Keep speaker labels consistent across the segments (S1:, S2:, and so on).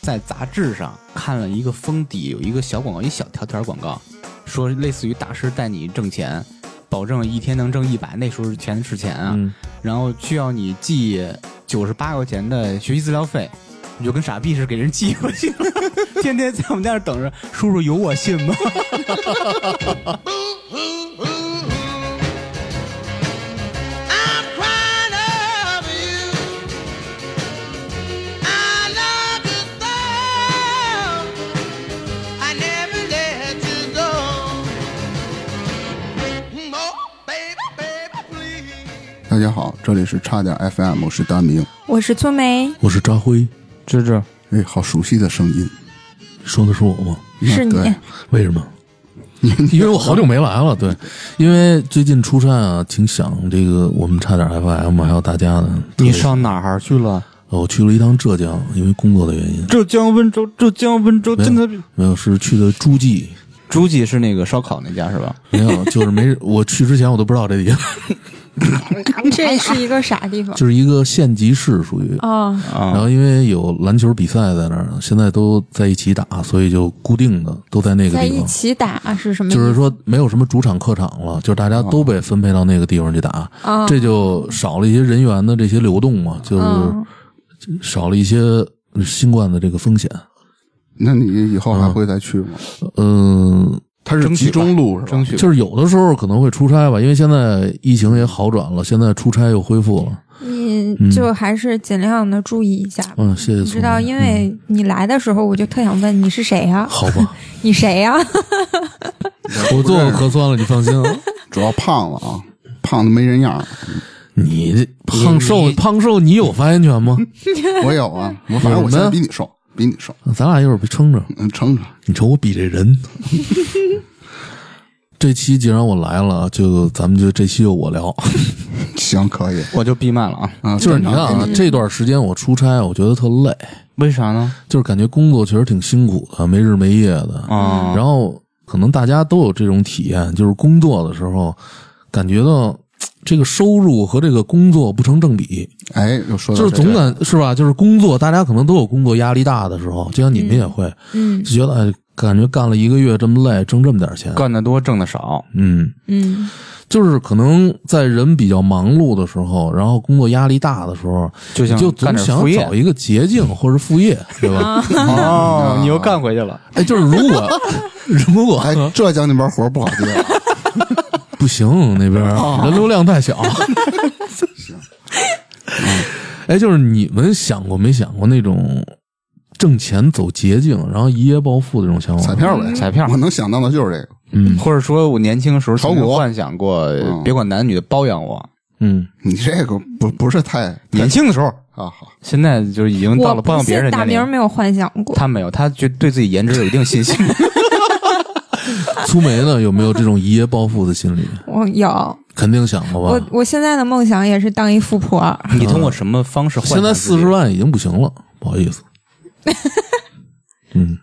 S1: 在杂志上看了一个封底，有一个小广告，一小条条广告，说类似于大师带你挣钱，保证一天能挣一百，那时候钱是钱啊，
S2: 嗯，
S1: 然后需要你寄九十八块钱的学习资料费，你就跟傻逼似的给人寄过去了， 天天在我们家那儿等着，叔叔有我信吗？
S3: Hoo, hoo, hoo. I'm crying over you. I love you so. I never let you go. Oh, baby, baby, please.
S4: 大家好，这里是差点 FM，我是丹明。
S5: 我是粗梅，
S2: 我是扎辉，
S1: 芝芝，
S4: 哎，好熟悉的声音，
S2: 说的是我吗？
S5: 是
S4: 嗯对
S5: 你，
S2: 为什么？ 因为我好久没来了，对，因为最近出差啊，挺想这个我们差点 FM 还有大家的。
S1: 你上哪儿去了？
S2: 呃我去了一趟浙江，因为工作的原因，
S1: 浙江温州，浙江温州真的。
S2: 没有是去的诸 暨，
S1: 朱记是那个烧烤那家是吧？
S2: 没有就是 没我去之前我都不知道这 地方，
S5: 这是一个啥地方？
S2: 就是一个县级市属于。
S5: 哦，
S1: 啊、
S2: 然后因为有篮球比赛在那儿，现在都在一起打，所以就固定的都在那个
S5: 在
S2: 地
S5: 一
S2: 方。
S5: 起打是什么意
S2: 就
S5: 思？
S2: 是说没有什么主场客场了，就是大家都被分配到那个地方去打，
S5: 哦
S2: 这就少了一些人员的这些流动嘛，
S5: 嗯
S2: 就是少了一些新冠的这个风险。
S4: 那你以后还会再去吗？
S2: 嗯、
S4: 它是
S1: 争取
S4: 集
S1: 吧
S4: 中路是吧
S1: 争？取
S2: 就是有的时候可能会出差吧，因为现在疫情也好转了，现在出差又恢复了。
S5: 你就还是尽量的注意一下。
S2: 嗯，谢谢
S5: 你
S2: 宋
S5: 知道，
S2: 总
S5: 因为你来的时候，我就特想问你是谁呀、
S2: 好 吧，
S5: 你谁啊呀、
S2: 我做过核酸了，你放心 啊。
S4: 主要胖了啊，胖的没人样儿。
S2: 你这胖瘦
S1: 你
S2: 胖瘦，你有发言权吗？
S4: 我有啊，我反正我现在比你瘦，比你瘦，
S2: 咱俩一会儿撑着。
S4: 嗯，撑着。
S2: 你瞅我比这 人。这期既然我来了，就咱们就这期就我 聊。
S4: 行，可以
S1: 我就闭麦了啊！
S4: 啊。
S2: 就是
S4: 正
S2: 你
S4: 常
S2: 看啊，这段时间我出差，我觉得特累，
S1: 为啥呢？
S2: 就是感觉工作确实挺辛苦的，没日没夜的。
S1: 啊、
S2: 然后可能大家都有这种体验，就是工作的时候感觉到嘖这个收入和这个工作不成正比，
S4: 哎，又说到
S2: 就是
S4: 这
S2: 总
S4: 个
S2: 感是吧？就是工作，大家可能都有工作压力大的时候，就像你们也会，
S5: 嗯
S2: 就觉得哎，感觉干了一个月这么累，挣这么点钱，
S1: 干得多，挣得少，
S2: 嗯。
S5: 嗯，
S2: 就是可能在人比较忙碌的时候，然后工作压力大的时候，
S1: 就
S2: 你
S1: 想
S2: 就
S1: 干
S2: 总
S1: 点
S2: 想
S1: 副业
S2: 找一个捷径或者副业，对吧？
S1: 哦，你又干回去了。
S2: 哎，就是 如果如果、
S4: 哎，浙江那边活儿不好接啊，
S2: 不行，那边
S1: 哦
S2: 人流量 太小。哎，就是你们想过没想过那种挣钱走捷径，然后一夜暴富的这种想法
S4: 彩
S2: 吗？
S4: 票呗，
S1: 彩票
S4: 嗯我能想到的就是这个。
S2: 嗯
S1: 或者说，我年轻的时候
S4: 炒
S1: 曾经
S4: 股
S1: 幻想过，
S4: 嗯
S1: 别管男女的包养我。
S2: 嗯，
S4: 你这个不不是太
S1: 年轻的时候，
S4: 啊，好，
S1: 现在就是已经到
S5: 我
S1: 了包
S5: 不
S1: 养别人
S5: 信
S1: 的
S5: 大
S1: 年
S5: 明
S1: 龄。
S5: 没有幻想过。
S1: 他没有，他就对自己颜值有一定 信心。
S2: 粗梅呢有没有这种一夜暴富的心理？
S5: 我有，
S2: 肯定想过
S5: 我
S2: 吧。
S5: 我现在的梦想也是当一富婆。
S1: 你通过什么方式幻想
S2: 现在
S1: 自己
S2: 四十万已经不行了，不好意思。嗯，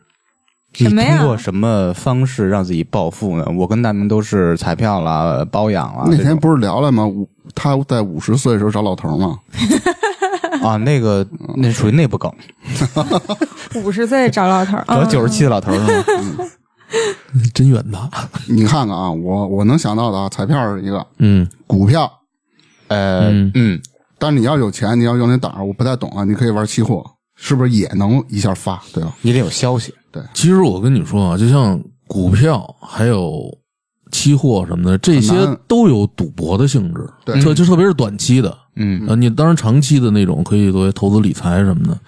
S5: 什么
S1: 你
S5: 呀
S1: 通？过什么方式让自己暴富呢？我跟大明都是彩票啦、包养啦。
S4: 那
S1: 这
S4: 天
S1: 种
S4: 不是聊了吗？五他在五十岁的时候找老头儿嘛，
S1: 啊，那个那属于内部梗，
S5: 五十岁找老头儿，
S1: 找
S5: 嗯
S1: 九十七的老头儿 是吗？
S2: 真远大。
S4: 你看看啊，我我能想到的啊，彩票是一个，
S2: 嗯，
S4: 股票，
S1: 呃
S2: 嗯
S1: 嗯，
S4: 但是你要有钱，你要用那胆儿，我不太懂啊，你可以玩期货，是不是也能一下发，对吧？
S1: 你得有消息。
S2: 其实我跟你说啊，就像股票还有期货什么的，这些
S4: 很难
S2: 都有赌博的性质，
S4: 对
S2: 特就特别是短期的。
S1: 嗯，
S2: 啊，你当然长期的那种可以作为投资理财什么的。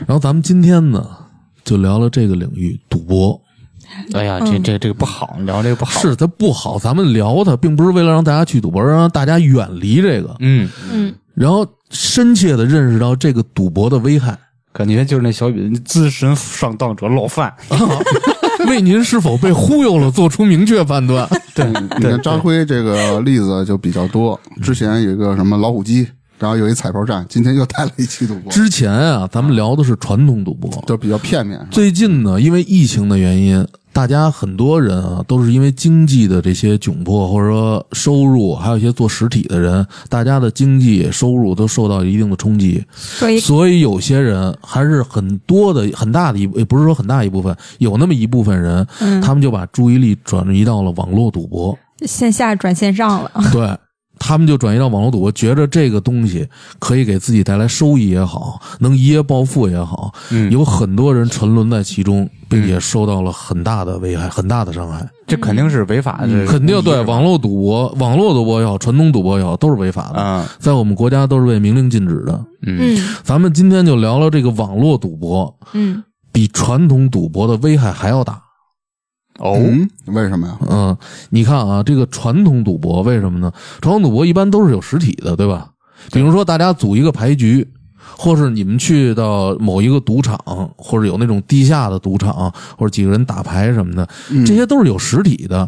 S2: 然后咱们今天呢，就聊聊这个领域，赌博
S1: 哎呀，
S5: 嗯
S1: 这这这个不好，聊这个不好。
S2: 是它不好，咱们聊它，并不是为了让大家去赌博，让大家远离这个，
S1: 嗯，
S5: 嗯，
S2: 然后深切的认识到这个赌博的危害。
S1: 感觉就是那小雨资深上当者老范，
S2: 嗯为您是否被忽悠了做出明确判断。
S4: 对，你看张辉这个例子就比较多，之前有一个什么老虎机，然后有一彩票站，今天又带了一期赌博，
S2: 之前啊，咱们聊的是传统赌博，
S4: 就比较片面。
S2: 最近呢，因为疫情的原因，大家很多人啊，都是因为经济的这些窘迫，或者说收入，还有一些做实体的人，大家的经济收入都受到一定的冲击，
S5: 所以
S2: 所以有些人还是很多的很大的一，也不是说很大一部分，有那么一部分人，
S5: 嗯
S2: 他们就把注意力转移到了网络赌博，
S5: 线下转线上了，
S2: 对。他们就转移到网络赌博，觉着这个东西可以给自己带来收益也好，能一夜暴富也好，
S1: 嗯，
S2: 有很多人沉沦在其中，并且受到了很大的危害、很大的伤害。
S1: 这肯定是违法的，
S2: 嗯肯定对
S1: 啊
S2: 网络赌博、网络赌博也好、传统赌博也好，都是违法的，
S1: 啊，
S2: 在我们国家都是被明令禁止的。
S1: 嗯
S5: 嗯
S2: 咱们今天就聊聊这个网络赌博，
S5: 嗯，
S2: 比传统赌博的危害还要大。
S1: 哦
S4: 嗯，为什么呀？
S2: 嗯，你看啊，这个传统赌博为什么呢？传统赌博一般都是有实体的，对吧？比如说大家组一个牌局，或是你们去到某一个赌场，或者有那种地下的赌场，或者几个人打牌什么的，
S1: 嗯
S2: 这些都是有实体的。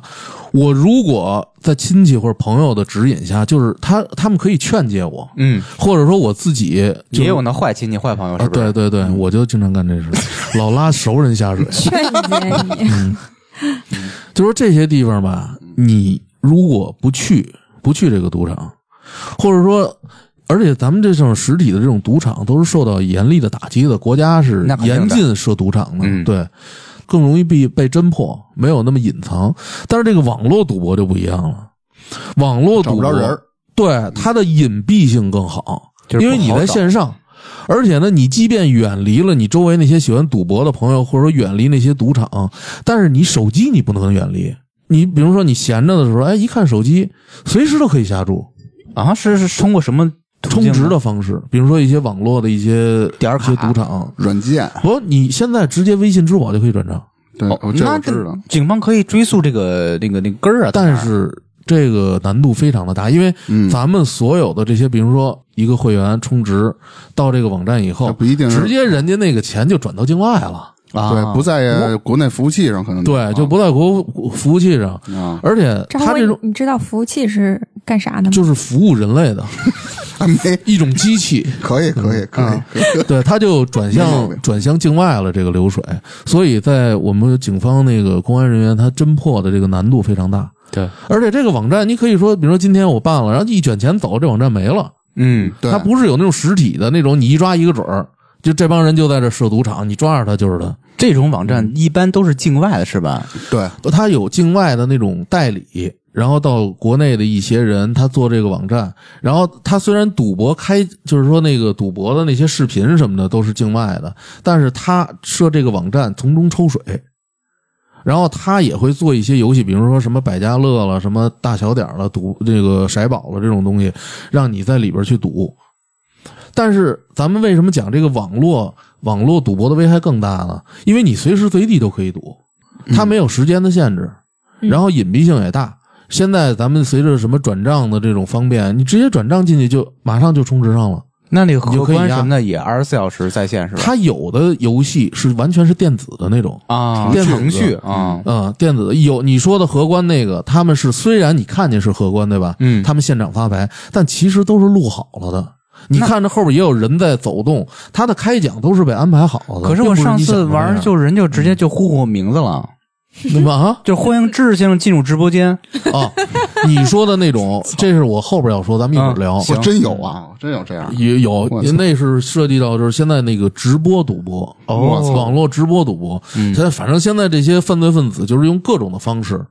S2: 我如果在亲戚或者朋友的指引下，就是他他们可以劝诫我，
S1: 嗯，
S2: 或者说我自己就
S1: 也有那坏亲戚、坏朋友，
S2: 啊，
S1: 是不
S2: 对
S1: 是？
S2: 对对，我就经常干这事，老拉熟人下水。
S5: 劝诫嗯你，
S2: 就说这些地方吧，你如果不去，不去这个赌场，或者说，而且咱们这种实体的这种赌场都是受到严厉的打击的，国家是
S1: 那肯定
S2: 严
S1: 的
S2: 禁设赌场的，
S1: 嗯
S2: 对，更容易被被侦破，没有那么隐藏。但是这个网络赌博就不一样了，网络
S4: 找
S2: 赌
S4: 不
S2: 博
S4: 着人儿，
S2: 对它的隐蔽性更好，
S1: 就是
S2: 因
S1: 不
S2: 为你
S1: 好
S2: 在
S1: 找
S2: 线上，而且呢，你即便远离了你周围那些喜欢赌博的朋友，或者说远离那些赌场，但是你手机你不能远离。你比如说你闲着的时候，哎，一看手机，随时都可以下注，
S1: 啊，是是通过什么途
S2: 充
S1: 径
S2: 值
S1: 呢
S2: 的方式，比如说一些网络的一些
S1: 点儿
S2: 一些
S1: 卡
S2: 赌场，
S4: 软件，
S2: 不，你现在直接微信、支付宝就可以转账，
S4: 对，
S1: 哦
S4: 我这
S1: 那
S4: 我知道。
S1: 警方可以追溯这个那个那个根儿啊，在哪
S2: 但
S1: 儿
S2: 是这个难度非常的大，因为
S4: 嗯
S2: 咱们所有的这些，比如说一个会员充值到这个网站以后
S4: 那，不一定是
S2: 直接人家那个钱就转到境外了，
S1: 啊，
S4: 对，不在国内服务器上可能
S2: 对，就不在国服务器上，
S4: 啊，
S2: 而且
S5: 张
S2: 它
S5: 辉
S2: 这种，
S5: 你知道服务器是干啥的吗？
S2: 就是服务人类的
S4: 没
S2: 一种机器，
S4: 可以可以可以
S2: 嗯，对，它就转
S4: 没毛
S2: 向
S4: 病
S2: 转向境外了这个流水，所以在我们警方那个公安人员他侦破的这个难度非常大，
S1: 对，
S2: 而且这个网站你可以说，比如说今天我办了，然后一卷钱走，这网站没了，
S1: 嗯，
S4: 对，
S2: 它不是有那种实体的那种，你一抓一个准儿。就这帮人就在这设赌场，你抓着他就是他。
S1: 这种网
S2: 嗯
S1: 站一般都是境外的，是吧？
S4: 对，
S2: 他有境外的那种代理，然后到国内的一些人，他做这个网站。然后他虽然赌博开，就是说那个赌博的那些视频什么的都是境外的，但是他设这个网站从中抽水。然后他也会做一些游戏，比如说什么百家乐了、什么大小点儿了、赌这个骰宝了这种东西，让你在里边去赌。但是咱们为什么讲这个网络网络赌博的危害更大呢？因为你随时随地都可以赌，
S1: 嗯
S2: 它没有时间的限制，
S5: 嗯
S2: 然后隐蔽性也大。现在咱们随着什么转账的这种方便，你直接转账进去就马上就充值上了。
S1: 那那个
S2: 你就
S1: 荷
S2: 可以
S1: 官
S2: 压
S1: 什么的也二十四小时在线是吧？
S2: 它有的游戏是完全是电子的那种，
S1: 啊，
S2: 电脑
S1: 程序
S2: 的
S1: 啊，
S2: 嗯，电子的有你说的荷官那个，他们是虽然你看见是荷官对吧？
S1: 嗯
S2: 他们现场发牌，但其实都是录好了的。你
S1: 那
S2: 看着后边也有人在走动，他的开奖都是被安排好的。
S1: 可是我
S2: 并不
S1: 上
S2: 你想
S1: 次
S2: 的那
S1: 玩
S2: 样
S1: 就人就直接就呼呼我名字了，
S2: 对吧？啊，
S1: 就欢迎智先生进入直播间。
S2: 哦，你说的 那种，这是我后边要说，咱们一会儿聊。
S1: 行
S4: 我真有啊，我真有这样，
S2: 也有
S4: 我，操
S2: 那是涉及到就是现在那个直播赌博，
S1: 哦
S2: 网络直播赌博。
S1: 嗯
S2: 现在反正现在这些犯罪分子就是用各种的方式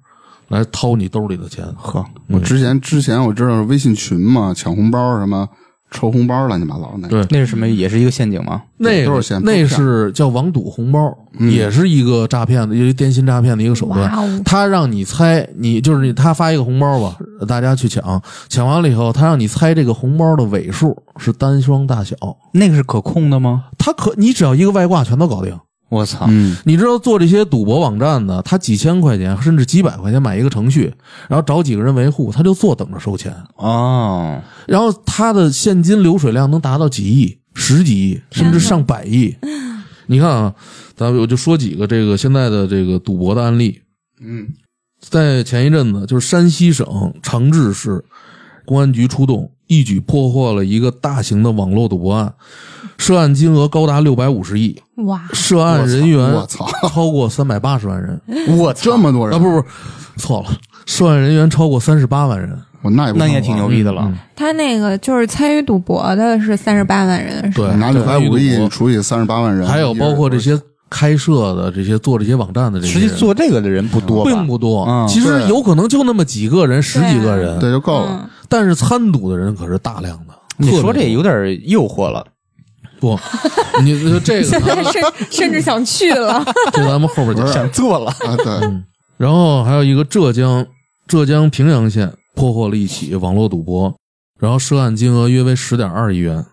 S2: 来掏你兜里的钱。
S1: 呵，
S2: 嗯
S4: 我之前之前我知道微信群嘛，抢红包什么抽红包乱七八糟那
S2: 对
S1: 那是什么？也是一个陷阱吗？
S2: 那
S4: 都
S2: 个
S4: 是钱嗯
S2: 那
S4: 都是
S2: 是叫网赌红包，也是一个诈骗的，也是电信诈骗的一个手段
S5: 哇哦。
S2: 他让你猜，你就是你他发一个红包吧，大家去抢，抢完了以后，他让你猜这个红包的尾数是单双大小。
S1: 那个是可控的吗？
S2: 他可你只要一个外挂全都搞定。
S1: 我操！
S4: 嗯，
S2: 你知道做这些赌博网站的，他几千块钱甚至几百块钱买一个程序，然后找几个人维护，他就坐等着收钱。
S1: 哦，
S2: 然后他的现金流水量能达到几亿、十几亿，甚至上百亿。你看啊，咱们我就说几个这个现在的这个赌博的案例。
S4: 嗯，
S2: 在前一阵子，就是山西省长治市公安局出动，一举破获了一个大型的网络赌博案，涉案金额高达六百五十亿，
S5: 哇，
S2: 涉案人
S4: 我
S2: 员
S4: 操，
S2: 超过三百八十万人
S4: 我 这么多人
S2: 啊，不是不是，错了，涉案人员超过三十八万人，
S4: 我那也不
S1: 那也
S4: 成
S1: 挺
S4: 啊
S1: 牛逼的了。
S2: 嗯
S5: 他那个就是参与赌博的是三十八万人，是吧
S2: 对，
S4: 拿
S2: 对
S4: 六百五
S2: 参与赌
S4: 个亿
S2: 博
S4: 除以三十八万人，
S2: 还有包括这
S4: 一人
S2: 些开设的、这些做这些网站的这些
S1: 实
S2: 人，
S1: 际做这个的人不多吧
S2: 并不多，
S1: 嗯
S2: 其实
S4: 对
S2: 有可能就那么几个人、十几个人，
S4: 对啊就够了。
S5: 嗯，
S2: 但是参赌的人可是大量的。
S1: 你说
S2: 特别
S1: 这有点诱惑了，
S2: 多不？你说这个
S5: 现
S2: 咱
S5: 在
S2: 们
S5: 甚甚至想去 了，
S2: 这咱们后边讲。
S1: 想 做了。
S4: 啊， 对，
S2: 然后还有一个浙江浙江平阳县破获了一起网络赌博，然后涉案金额约为十点二亿元。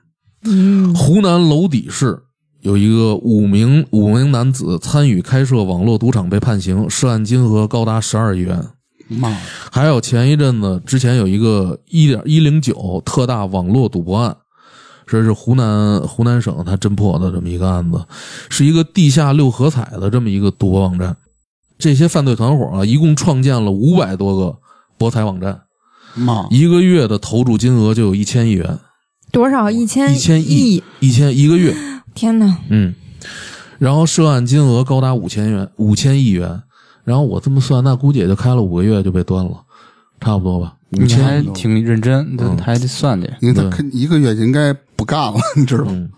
S5: 嗯，
S2: 湖南娄底市有一个五名五名男子参与开设网络赌场被判刑，涉案金额高达十二亿元。
S4: 妈呀，
S2: 还有前一阵子之前有一个一点一零九特大网络赌博案，这是湖南湖南省它侦破的这么一个案子，是一个地下六合彩的这么一个赌博网站。这些犯罪团伙啊，一共创建了五百多个博彩网站，
S4: 妈，
S2: 一个月的投注金额就有一千亿元，
S5: 多少一千
S2: 一千
S5: 亿
S2: 亿，，一千一个月，
S5: 天哪，
S2: 嗯，然后涉案金额高达五千元，五千亿元，然后我这么算，那估计也就开了五个月就被端了，差不多吧，五
S1: 你
S2: 千
S1: 还挺认真，
S2: 嗯
S1: 还得算计。
S4: 因为他肯一个月应该不干了， 你知道吗？
S2: 嗯，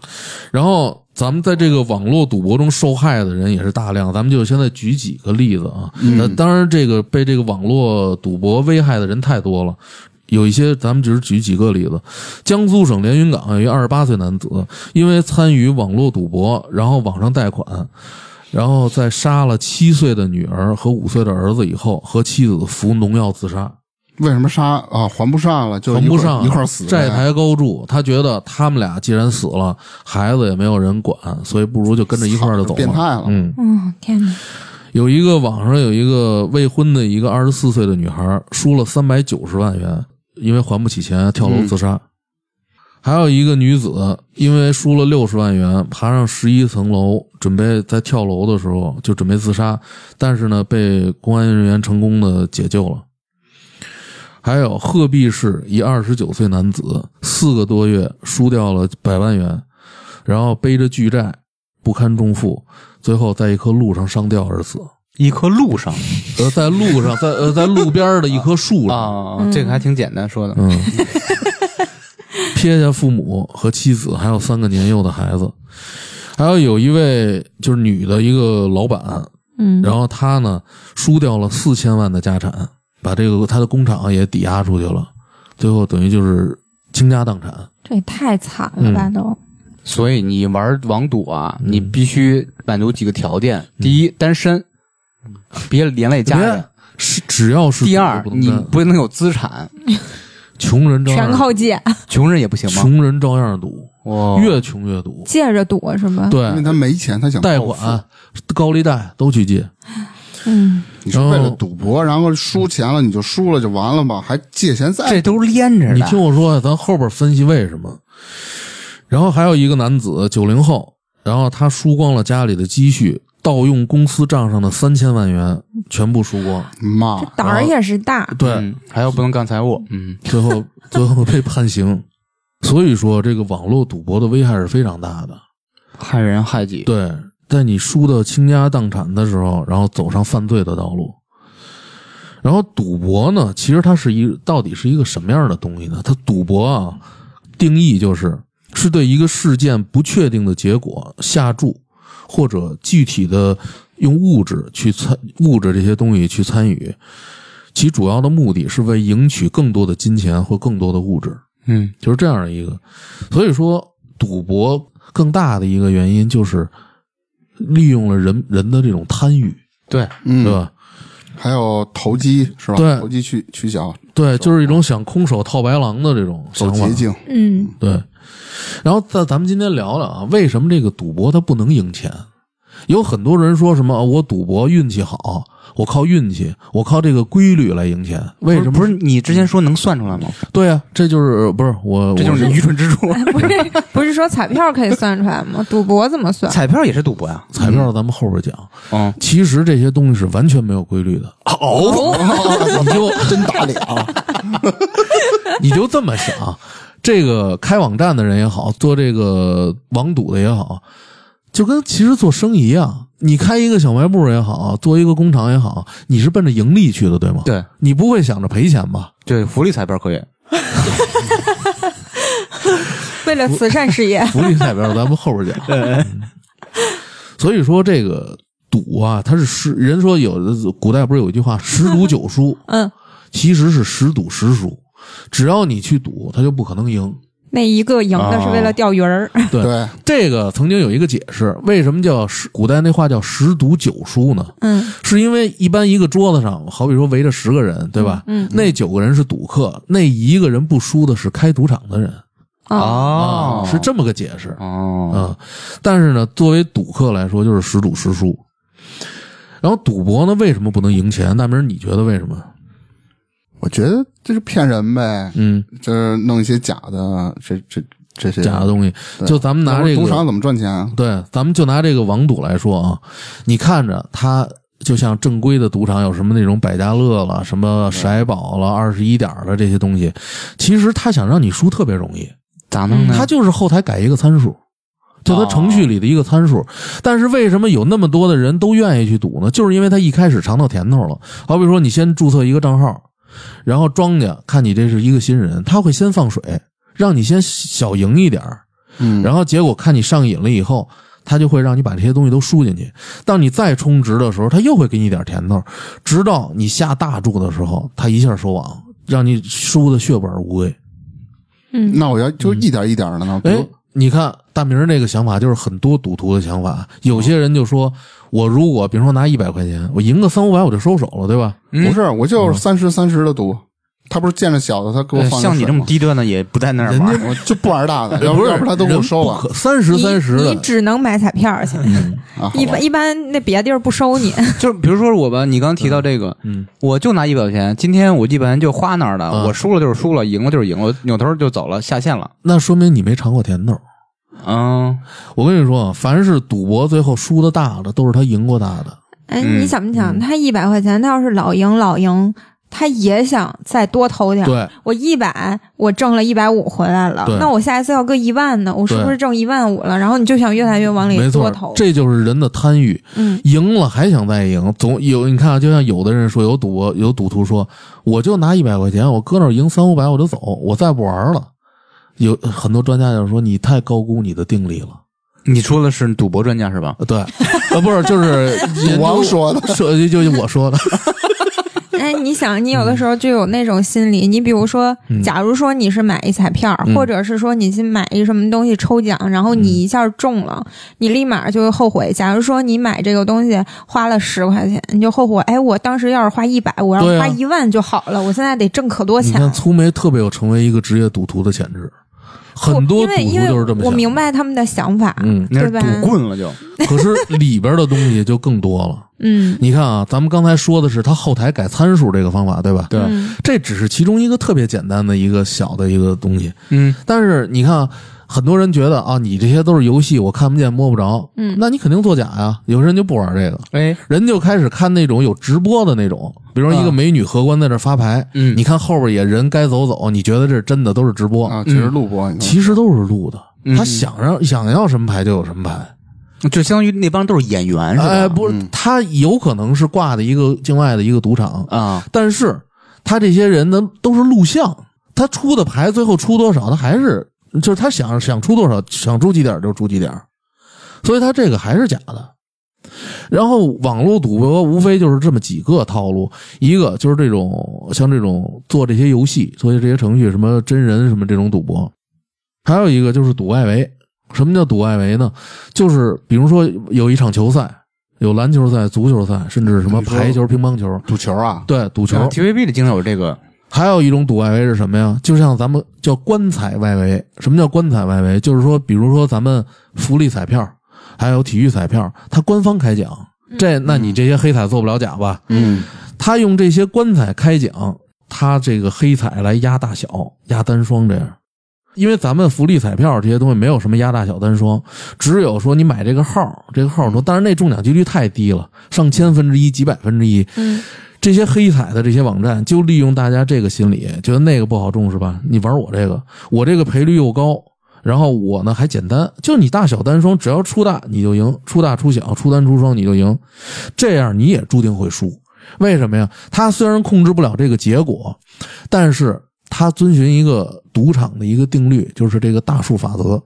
S2: 然后咱们在这个网络赌博中受害的人也是大量，咱们就现在举几个例子啊。那、当然，这个被这个网络赌博危害的人太多了。有一些，咱们只是举几个例子。江苏省连云港有一二十八岁男子，因为参与网络赌博，然后网上贷款，然后在杀了七岁的女儿和五岁的儿子以后，和妻子服农药自杀。
S4: 为什么杀啊？还不上了，就
S2: 还
S4: 一
S2: 不
S4: 块
S2: 上，
S4: 一块死
S2: 债
S4: 呗。
S2: 台高筑。他觉得他们俩既然死了，孩子也没有人管，所以不如就跟着一块儿就走
S4: 变态
S2: 了。
S4: 了，
S2: 嗯，
S5: 嗯，天哪，
S2: 有一个网上有一个未婚的一个二十四岁的女孩，输了三百九十万元，因为还不起钱跳楼自杀。还有一个女子，因为输了六十万元，爬上十一层楼，准备在跳楼的时候就准备自杀，但是呢，被公安人员成功的解救了。还有鹤壁市一二十九岁男子，四个多月输掉了百万元，然后背着巨债，不堪重负，最后在一棵路上上吊而死。
S1: 一棵路上
S2: 呃，在路上，在呃，在路边的一棵树上，
S1: 啊，这个还挺简单说的。
S2: 嗯，撇下父母和妻子，还有三个年幼的孩子，还有有一位就是女的一个老板，
S5: 嗯，
S2: 然后她呢输掉了四千万的家产，把这个她的工厂也抵押出去了，最后等于就是倾家荡产。
S5: 这也太惨了
S2: 嗯
S5: 吧都，
S1: 所以你玩网赌啊，你必须满足几个条件：第一，单身，嗯别连累家人；
S2: 是只要是
S1: 第二，
S2: 不能
S1: 你
S2: 干
S1: 不能有资产，
S2: 穷人照
S5: 全
S2: 样
S5: 靠借，
S1: 穷人也不行吗？哦
S2: 穷人照样赌，
S1: 哇
S2: 越穷越赌。
S5: 借着赌是吧？
S4: 因为
S2: 对，
S4: 他没钱，他想
S2: 贷
S4: 暴富
S2: 款、高利贷都去借。
S5: 嗯，
S4: 你是为
S2: 然
S4: 了
S2: 后
S4: 赌博，然后输钱了你就输了就完了吧，还借钱再
S1: 这都连着的。
S2: 你听我说啊呀，咱后边分析为什么。然后还有一个男子，九零后，然后他输光了家里的积蓄，盗用公司账上的三千万元，全部输光。
S4: 妈
S5: 这，胆儿也是大，
S2: 啊对，
S1: 嗯，还有不能干财务，嗯，
S2: 最后最后被判刑。所以说，这个网络赌博的危害是非常大的。
S1: 害人害己。
S2: 对，在你输的倾家荡产的时候，然后走上犯罪的道路。然后赌博呢，其实它是一到底是一个什么样的东西呢？它赌博啊，定义就是是对一个事件不确定的结果下注，或者具体的用物质去参物质这些东西去参与，其主要的目的是为赢取更多的金钱或更多的物质。
S1: 嗯，
S2: 就是这样的一个。所以说，赌博更大的一个原因就是利用了人人的这种贪欲，
S1: 对，
S4: 嗯
S2: 对，吧？
S4: 还有投机是吧？
S2: 对
S4: 投机取取巧，
S2: 对，就是一种想空手套白狼的这种
S4: 走
S2: 想法
S4: 捷。径，
S5: 嗯，
S2: 对。然后咱咱们今天聊聊啊，为什么这个赌博它不能赢钱？有很多人说什么、啊我赌博运气好，我靠运气，我靠这个规律来赢钱，为什么？
S1: 不是你之前说能算出来吗？
S2: 对啊，这就是不是我，
S1: 这就是
S2: 我
S1: 你愚蠢之处。
S5: 哎不是不是说彩票可以算出来吗？赌博怎么 算？
S1: 彩票也是赌博呀。
S2: 彩票，咱们后边讲。
S1: 嗯，
S2: 其实这些东西是完全没有规律的。啊哦，你就真打脸，你就这么想，这个开网站的人也好，做这个网赌的也好，就跟其实做生意一样，你开一个小卖部也好，做一个工厂也好，你是奔着盈利去的，对吗？，
S1: 对
S2: 你不会想着赔钱吧？
S1: 对，福利彩票可以，
S5: 为了慈善事 业，
S2: 福利代表咱们后边讲。嗯所以说这个赌啊，它是十人说有的古代不是有一句话“十赌九输”，
S5: 嗯，
S2: 其实是十赌十输。只要你去赌，它就不可能赢。
S5: 那一个赢的是为
S2: 啊
S5: 了钓鱼儿，
S2: 对，
S4: 对，
S2: 这个曾经有一个解释，为什么叫十古代那话叫“十赌九输”呢？
S5: 嗯
S2: 是因为一般一个桌子上，好比说围着十个人，对吧？
S5: 嗯
S2: 那九个人是赌客，那一个人不输的是开赌场的人
S5: 啊，
S1: 哦
S2: 是这么个解释。
S1: 哦，
S2: 啊、但是呢，作为赌客来说，就是十赌十输。然后赌博呢，为什么不能赢钱？大明儿，你觉得为什么？
S4: 我觉得这是骗人呗，
S2: 嗯，
S4: 这弄一些假的，这这这些
S2: 假的东西，
S4: 对
S2: 就咱们拿这
S4: 赌场
S2: 个，
S4: 怎么赚钱啊？
S2: 对，咱们就拿这个网赌来说啊，你看着它就像正规的赌场有什么那种百家乐了、什么骰宝了、二十一点儿了这些东西，其实他想让你输特别容易，
S1: 咋弄呢？
S2: 他就是后台改一个参数，就他程序里的一个参数。但是为什么有那么多的人都愿意去赌呢？就是因为他一开始尝到甜头了。好比说，你先注册一个账号，然后庄家看你这是一个新人，他会先放水，让你先小赢一点儿
S4: 嗯，
S2: 然后结果看你上瘾了以后。他就会让你把这些东西都输进去，当你再充值的时候，他又会给你点甜头，直到你下大注的时候，他一下收网，让你输的血本无归。
S5: 嗯
S4: 那我要就一点一点的呢，比
S2: 哎
S4: 如，
S2: 你看大明儿那个想法，就是很多赌徒的想法。啊有些人就说，我如果比如说拿一百块钱，我赢个三五百，我就收手了，对吧？
S1: 嗯
S4: 不是，我就是三十三十的赌，他不是见着小的，他给我
S1: 呃
S2: 哎
S4: 放
S1: 像你这么
S4: 低，
S1: 低端的也不在那儿玩，
S4: 我就不玩大的，要要不他都给我收了
S2: 三十三十
S5: 你
S2: 的嗯
S5: 你，只能买彩票去，
S4: 啊。
S5: 一
S4: 好吧
S5: 般一般那别的地儿不收你，
S1: 就是比如说我吧，你刚提到这个，
S2: 嗯，
S1: 我就拿一百块钱，今天我一百块钱就花那儿了，
S2: 嗯
S1: 我输了就是输了，赢了就是赢了，我扭头就走了，下线了。
S2: 那说明你没尝过甜头。
S1: 嗯，
S2: 我跟你说啊，凡是赌博最后输的大的，都是他赢过大的。
S5: 哎，
S1: 嗯
S5: 你想不想？他一百块钱，他要是老赢老赢，他也想再多投点儿。
S2: 对，
S5: 我一百，我挣了一百五回来了
S2: 对，
S5: 那我下一次要搁一万呢，我是不是挣一万五了？然后你就想越来越往
S2: 没
S5: 里多
S2: 错
S5: 投，。
S2: 这就是人的贪欲。
S5: 嗯
S2: 赢了还想再赢，总有你看啊，就像有的人说，有赌博有赌徒说，我就拿一百块钱，我搁那儿赢三五百我就走，我再不玩了。有很多专家就说你太高估你的定力了，
S1: 你说的是赌博专家是吧？
S2: 呃对，呃不是就是
S4: 赌王说 的，
S2: 的，说就就我说的，
S5: 哎，你想，你有的时候就有那种心理，你比如说，假如说你是买一彩票，
S2: 嗯
S5: 或者是说你去买一什么东西抽奖，然后你一下中了，你立马就会后悔。假如说你买这个东西花了十块钱，你就后悔，哎，我当时要是花一百，我要
S2: 对啊嗯
S5: 花一万就好了，我现在得挣可多
S2: 你
S5: 钱
S2: 看。粗眉特别有成为一个职业赌徒的潜质，很多
S5: 因
S2: 赌
S5: 为因
S2: 徒
S5: 为
S2: 就是这么想，
S5: 我明，白他们的想法，
S2: 嗯，
S1: 那是
S5: 对吧
S1: 赌棍了就。
S2: 可是里边的东西就更多了。
S5: 嗯
S2: 你看啊，咱们刚才说的是他后台改参数这个方法，对吧？
S1: 对
S5: 嗯
S2: 这只是其中一个特别简单的一个小的一个东西。
S1: 嗯，
S2: 但是你看，啊，很多人觉得啊，你这些都是游戏，我看不见摸不着，
S5: 嗯
S2: 那你肯定作假呀。有些人就不玩这个，
S1: 哎，
S2: 人就开始看那种有直播的那种，比如说一个
S1: 啊
S2: 美女荷官在这发牌，
S1: 嗯
S2: 你看后边也人该走走，你觉得这是真的，都是直播，
S4: 啊，其实录播，你看
S2: 其实都是录的。
S1: 嗯
S2: 他想让想要什么牌就有什么牌，
S1: 就相当于那帮都是演员是吧？嗯
S2: 哎，不是，他有可能是挂的一个境外的一个赌场，
S1: 啊，
S2: 但是他这些人呢都是录像，他出的牌最后出多少，他还是就是他想想出多少，想出几点就出几点，所以他这个还是假的。然后网络赌博无非就是这么几个套路，一个就是这种像这种做这些游戏、做这些程序，什么真人什么这种赌博，还有一个就是赌外围。什么叫赌外围呢？就是比如说有一场球赛，有篮球赛、足球赛，甚至什么
S4: 你说
S2: 排球、乒乓球，
S4: 赌球啊，
S2: 对，赌球。
S1: TVB 里经常有这个，
S2: 还有一种赌外围是什么呀？就像咱们叫棺材外围。什么叫棺材外围？就是说，比如说咱们福利彩票，还有体育彩票，它官方开奖，这那你这些黑彩做不了假吧？
S4: 嗯，
S2: 他用这些棺材开奖，他这个黑彩来压大小、压单双这样。因为咱们福利彩票这些东西没有什么压大小单双，只有说你买这个号，这个号多，但是那中奖几率太低了，上千分之一、几百分之一，
S5: 嗯
S2: 这些黑彩的这些网站就利用大家这个心理，觉得那个不好重视吧，你玩我这个，我这个赔率又高，然后我呢还简单，就你大小单双，只要出大你就赢，出大出小，出单出双你就赢，这样你也注定会输。为什么呀？他虽然控制不了这个结果，但是他遵循一个赌场的一个定律，就是这个大数法则。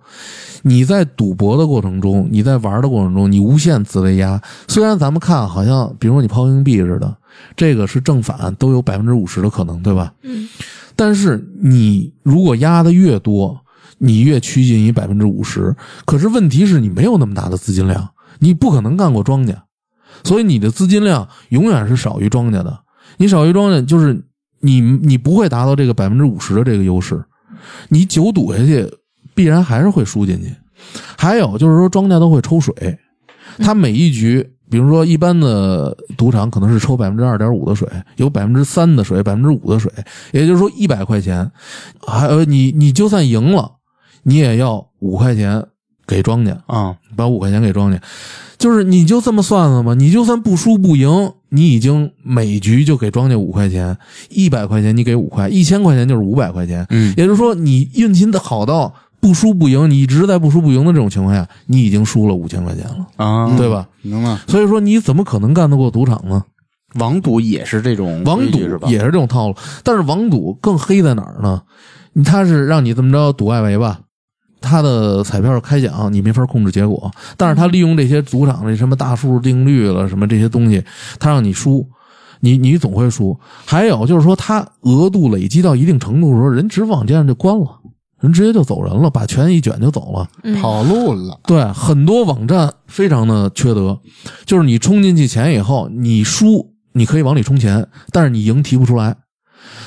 S2: 你在赌博的过程中，你在玩的过程中，你无限次为压。虽然咱们看好像，比如说你抛硬币似的，这个是正反都有百分之五十的可能，对吧？
S5: 嗯，
S2: 但是你如果压的越多，你越趋近于百分之五十。可是问题是你没有那么大的资金量，你不可能干过庄家，所以你的资金量永远是少于庄家的。你少于庄家，就是你你不会达到这个百分之五十的这个优势，你久赌下去，必然还是会输进去。还有就是说，庄家都会抽水，他每一局，比如说一般的赌场可能是抽百分之二点五的水，有百分之三的水，百分之五的水，也就是说一百块钱，还有你你就算赢了，你也要五块钱给庄家，
S1: 啊，
S2: 把五块钱给庄家，就是你就这么算了嘛，你就算不输不赢，你已经每局就给庄家五块钱，一百块钱你给五块，一千块钱就是五百块钱，
S1: 嗯，
S2: 也就是说，你运气的好到不输不赢，你一直在不输不赢的这种情况下，你已经输了五千块钱了，
S1: 啊，
S2: 对吧？
S4: 明白？
S2: 所以说，你怎么可能干得过赌场呢？
S1: 网赌也是嗯这种
S2: 网
S1: 规
S2: 赌
S1: 矩是吧？
S2: 也是这种套路，但是网赌更黑在哪儿呢？他是让你这么着赌外围吧，他的彩票开奖你没法控制结果，但是他利用这些赌场这什么大数定律了什么这些东西，他让你输，你你总会输。还有就是说，他额度累积到一定程度的时候，人直往这样就关了，人直接就走人了，把钱一卷就走了。
S5: 嗯
S4: 跑路了，
S2: 对，很多网站非常的缺德，就是你充进去钱以后，你输你可以往里充钱，但是你赢提不出来，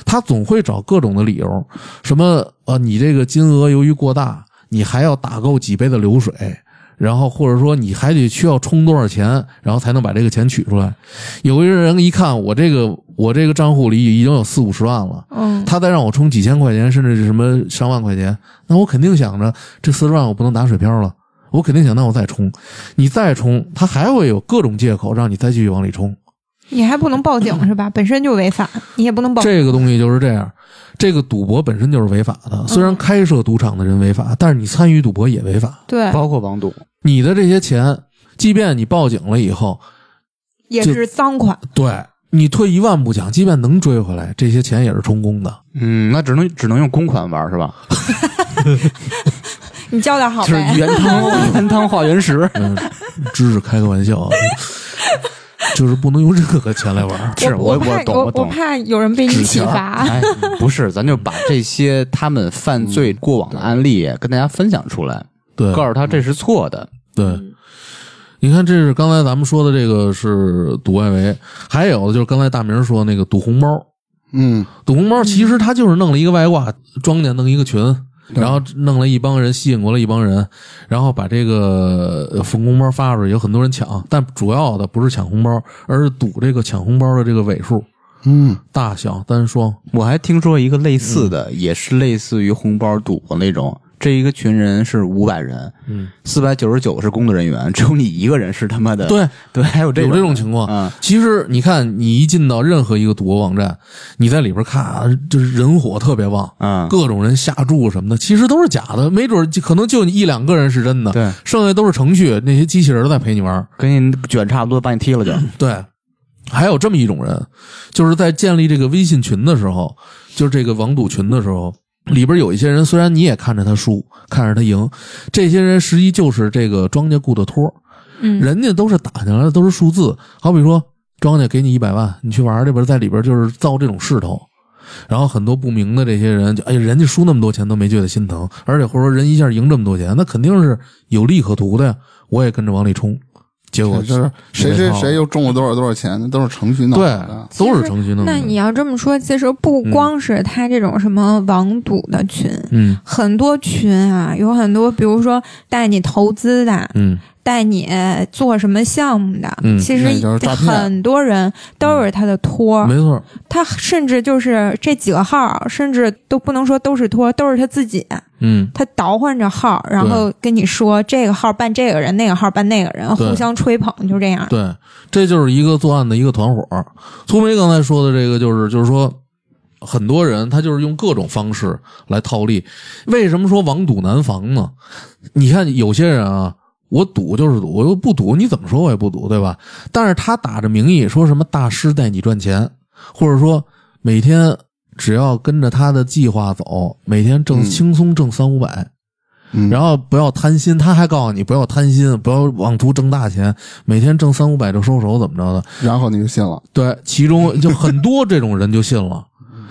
S2: 他总会找各种的理由，什么呃，你这个金额由于过大，你还要打够几倍的流水。然后或者说你还得需要充多少钱，然后才能把这个钱取出来。有一个人一看我这个我这个账户里已经有四五十万了，
S5: 嗯，
S2: 他再让我充几千块钱，甚至是什么上万块钱，那我肯定想着这四十万我不能打水漂了，我肯定想，那我再充，你再充，他还会有各种借口让你再继续往里充。
S5: 你还不能报警是吧？本身就违法，你也不能报。
S2: 这个东西就是这样，这个赌博本身就是违法的，虽然开设赌场的人违法，但是你参与赌博也违法。
S5: 对，
S1: 包括网赌，
S2: 你的这些钱，即便你报警了以后，
S5: 也是赃款。
S2: 对你退一万步讲，即便能追回来，这些钱也是充公的。
S1: 嗯，那只能只能用公款玩是吧？
S5: 你交点好
S1: 就是
S5: 呗。
S1: 原 汤原汤化原石，
S2: 嗯，知识开个玩笑，啊，就是不能用任何钱来玩儿。
S1: 是
S5: 我
S1: 我
S5: 怕
S1: 懂
S5: 我
S1: 我懂
S5: 怕有人被你启 发。
S1: 哎，不是，咱就把这些他们犯罪过往的案例跟大家分享出来，
S2: 对
S1: 告诉他这是错的。
S2: 对，你看，这是刚才咱们说的，这个是赌外围，还有就是刚才大明说那个赌红包，
S4: 嗯，
S2: 赌红包其实他就是弄了一个外挂，庄家弄一个群，然后弄了一帮人，吸引过来一帮人，然后把这个呃缝红包发出去，有很多人抢，但主要的不是抢红包，而是赌这个抢红包的这个尾数。
S4: 嗯，
S2: 大小单双，
S1: 我还听说一个类似的，也是类似于红包赌博那种。这一个群人是五百人，
S2: 嗯，
S1: 四百九十九是工作人员，只有你一个人是他妈的。
S2: 对，
S1: 对，还有这
S2: 有这种情况。
S1: 啊，
S2: 其实你看，你一进到任何一个赌博网站，你在里边看啊，就是人火特别旺，
S1: 嗯
S2: 各种人下注什么的，其实都是假的，没准儿就可能就你一两个人是真的，
S1: 对，
S2: 剩下都是程序，那些机器人儿在陪你玩儿。
S1: 给你卷差不多，把你踢 了就。
S2: 对，还有这么一种人，就是在建立这个微信群的时候，就是这个网赌群的时候，里边有一些人，虽然你也看着他输，看着他赢，这些人实际就是这个庄家雇的托儿，
S5: 嗯，
S2: 人家都是打进来的都是数字，好比说庄家给你一百万，你去玩这边，在里边就是造这种势头。然后很多不明的这些人就，哎呀，人家输那么多钱都没觉得心疼，而且或者说人一下赢这么多钱，那肯定是有利可图的呀。我也跟着往里冲，结果
S4: 就是谁谁谁
S2: 又
S4: 又中了多少多少钱，那都是程序弄
S2: 对
S4: 的，，
S2: 都是程序弄的。
S5: 那你要这么说，其实不光是他这种什么网赌的群，
S2: 嗯
S5: 很多群啊，有很多，比如说带你投资的，
S2: 嗯
S5: 带你做什么项目的，
S2: 嗯
S5: 其
S4: 那就是
S5: 实
S4: 诈骗
S5: 很多人都是他的托儿，
S2: 没错，
S5: 他甚至就是这几个号儿，甚至都不能说都是托儿，都是他自己，
S2: 嗯，
S5: 他倒换着号儿，然后跟你说这个号儿办这个人，那个号儿办那个人，
S2: 对
S5: 互相吹捧，就这样。
S2: 对，这就是一个作案的一个团伙儿。粗梅刚才说的这个，就是就是说，很多人他就是用各种方式来套利。为什么说网赌难防呢？你看有些人啊，我赌就是赌，我又不赌，你怎么说我也不赌，对吧？但是他打着名义说什么大师带你赚钱，或者说每天只要跟着他的计划走，每天挣
S4: 嗯
S2: 轻松挣三五百。
S4: 嗯，
S2: 然后不要贪心，他还告诉你不要贪心，不要妄图挣大钱，每天挣三五百就收手，怎么着的？
S4: 然后你就信了，
S2: 对，其中就很多这种人就信 了，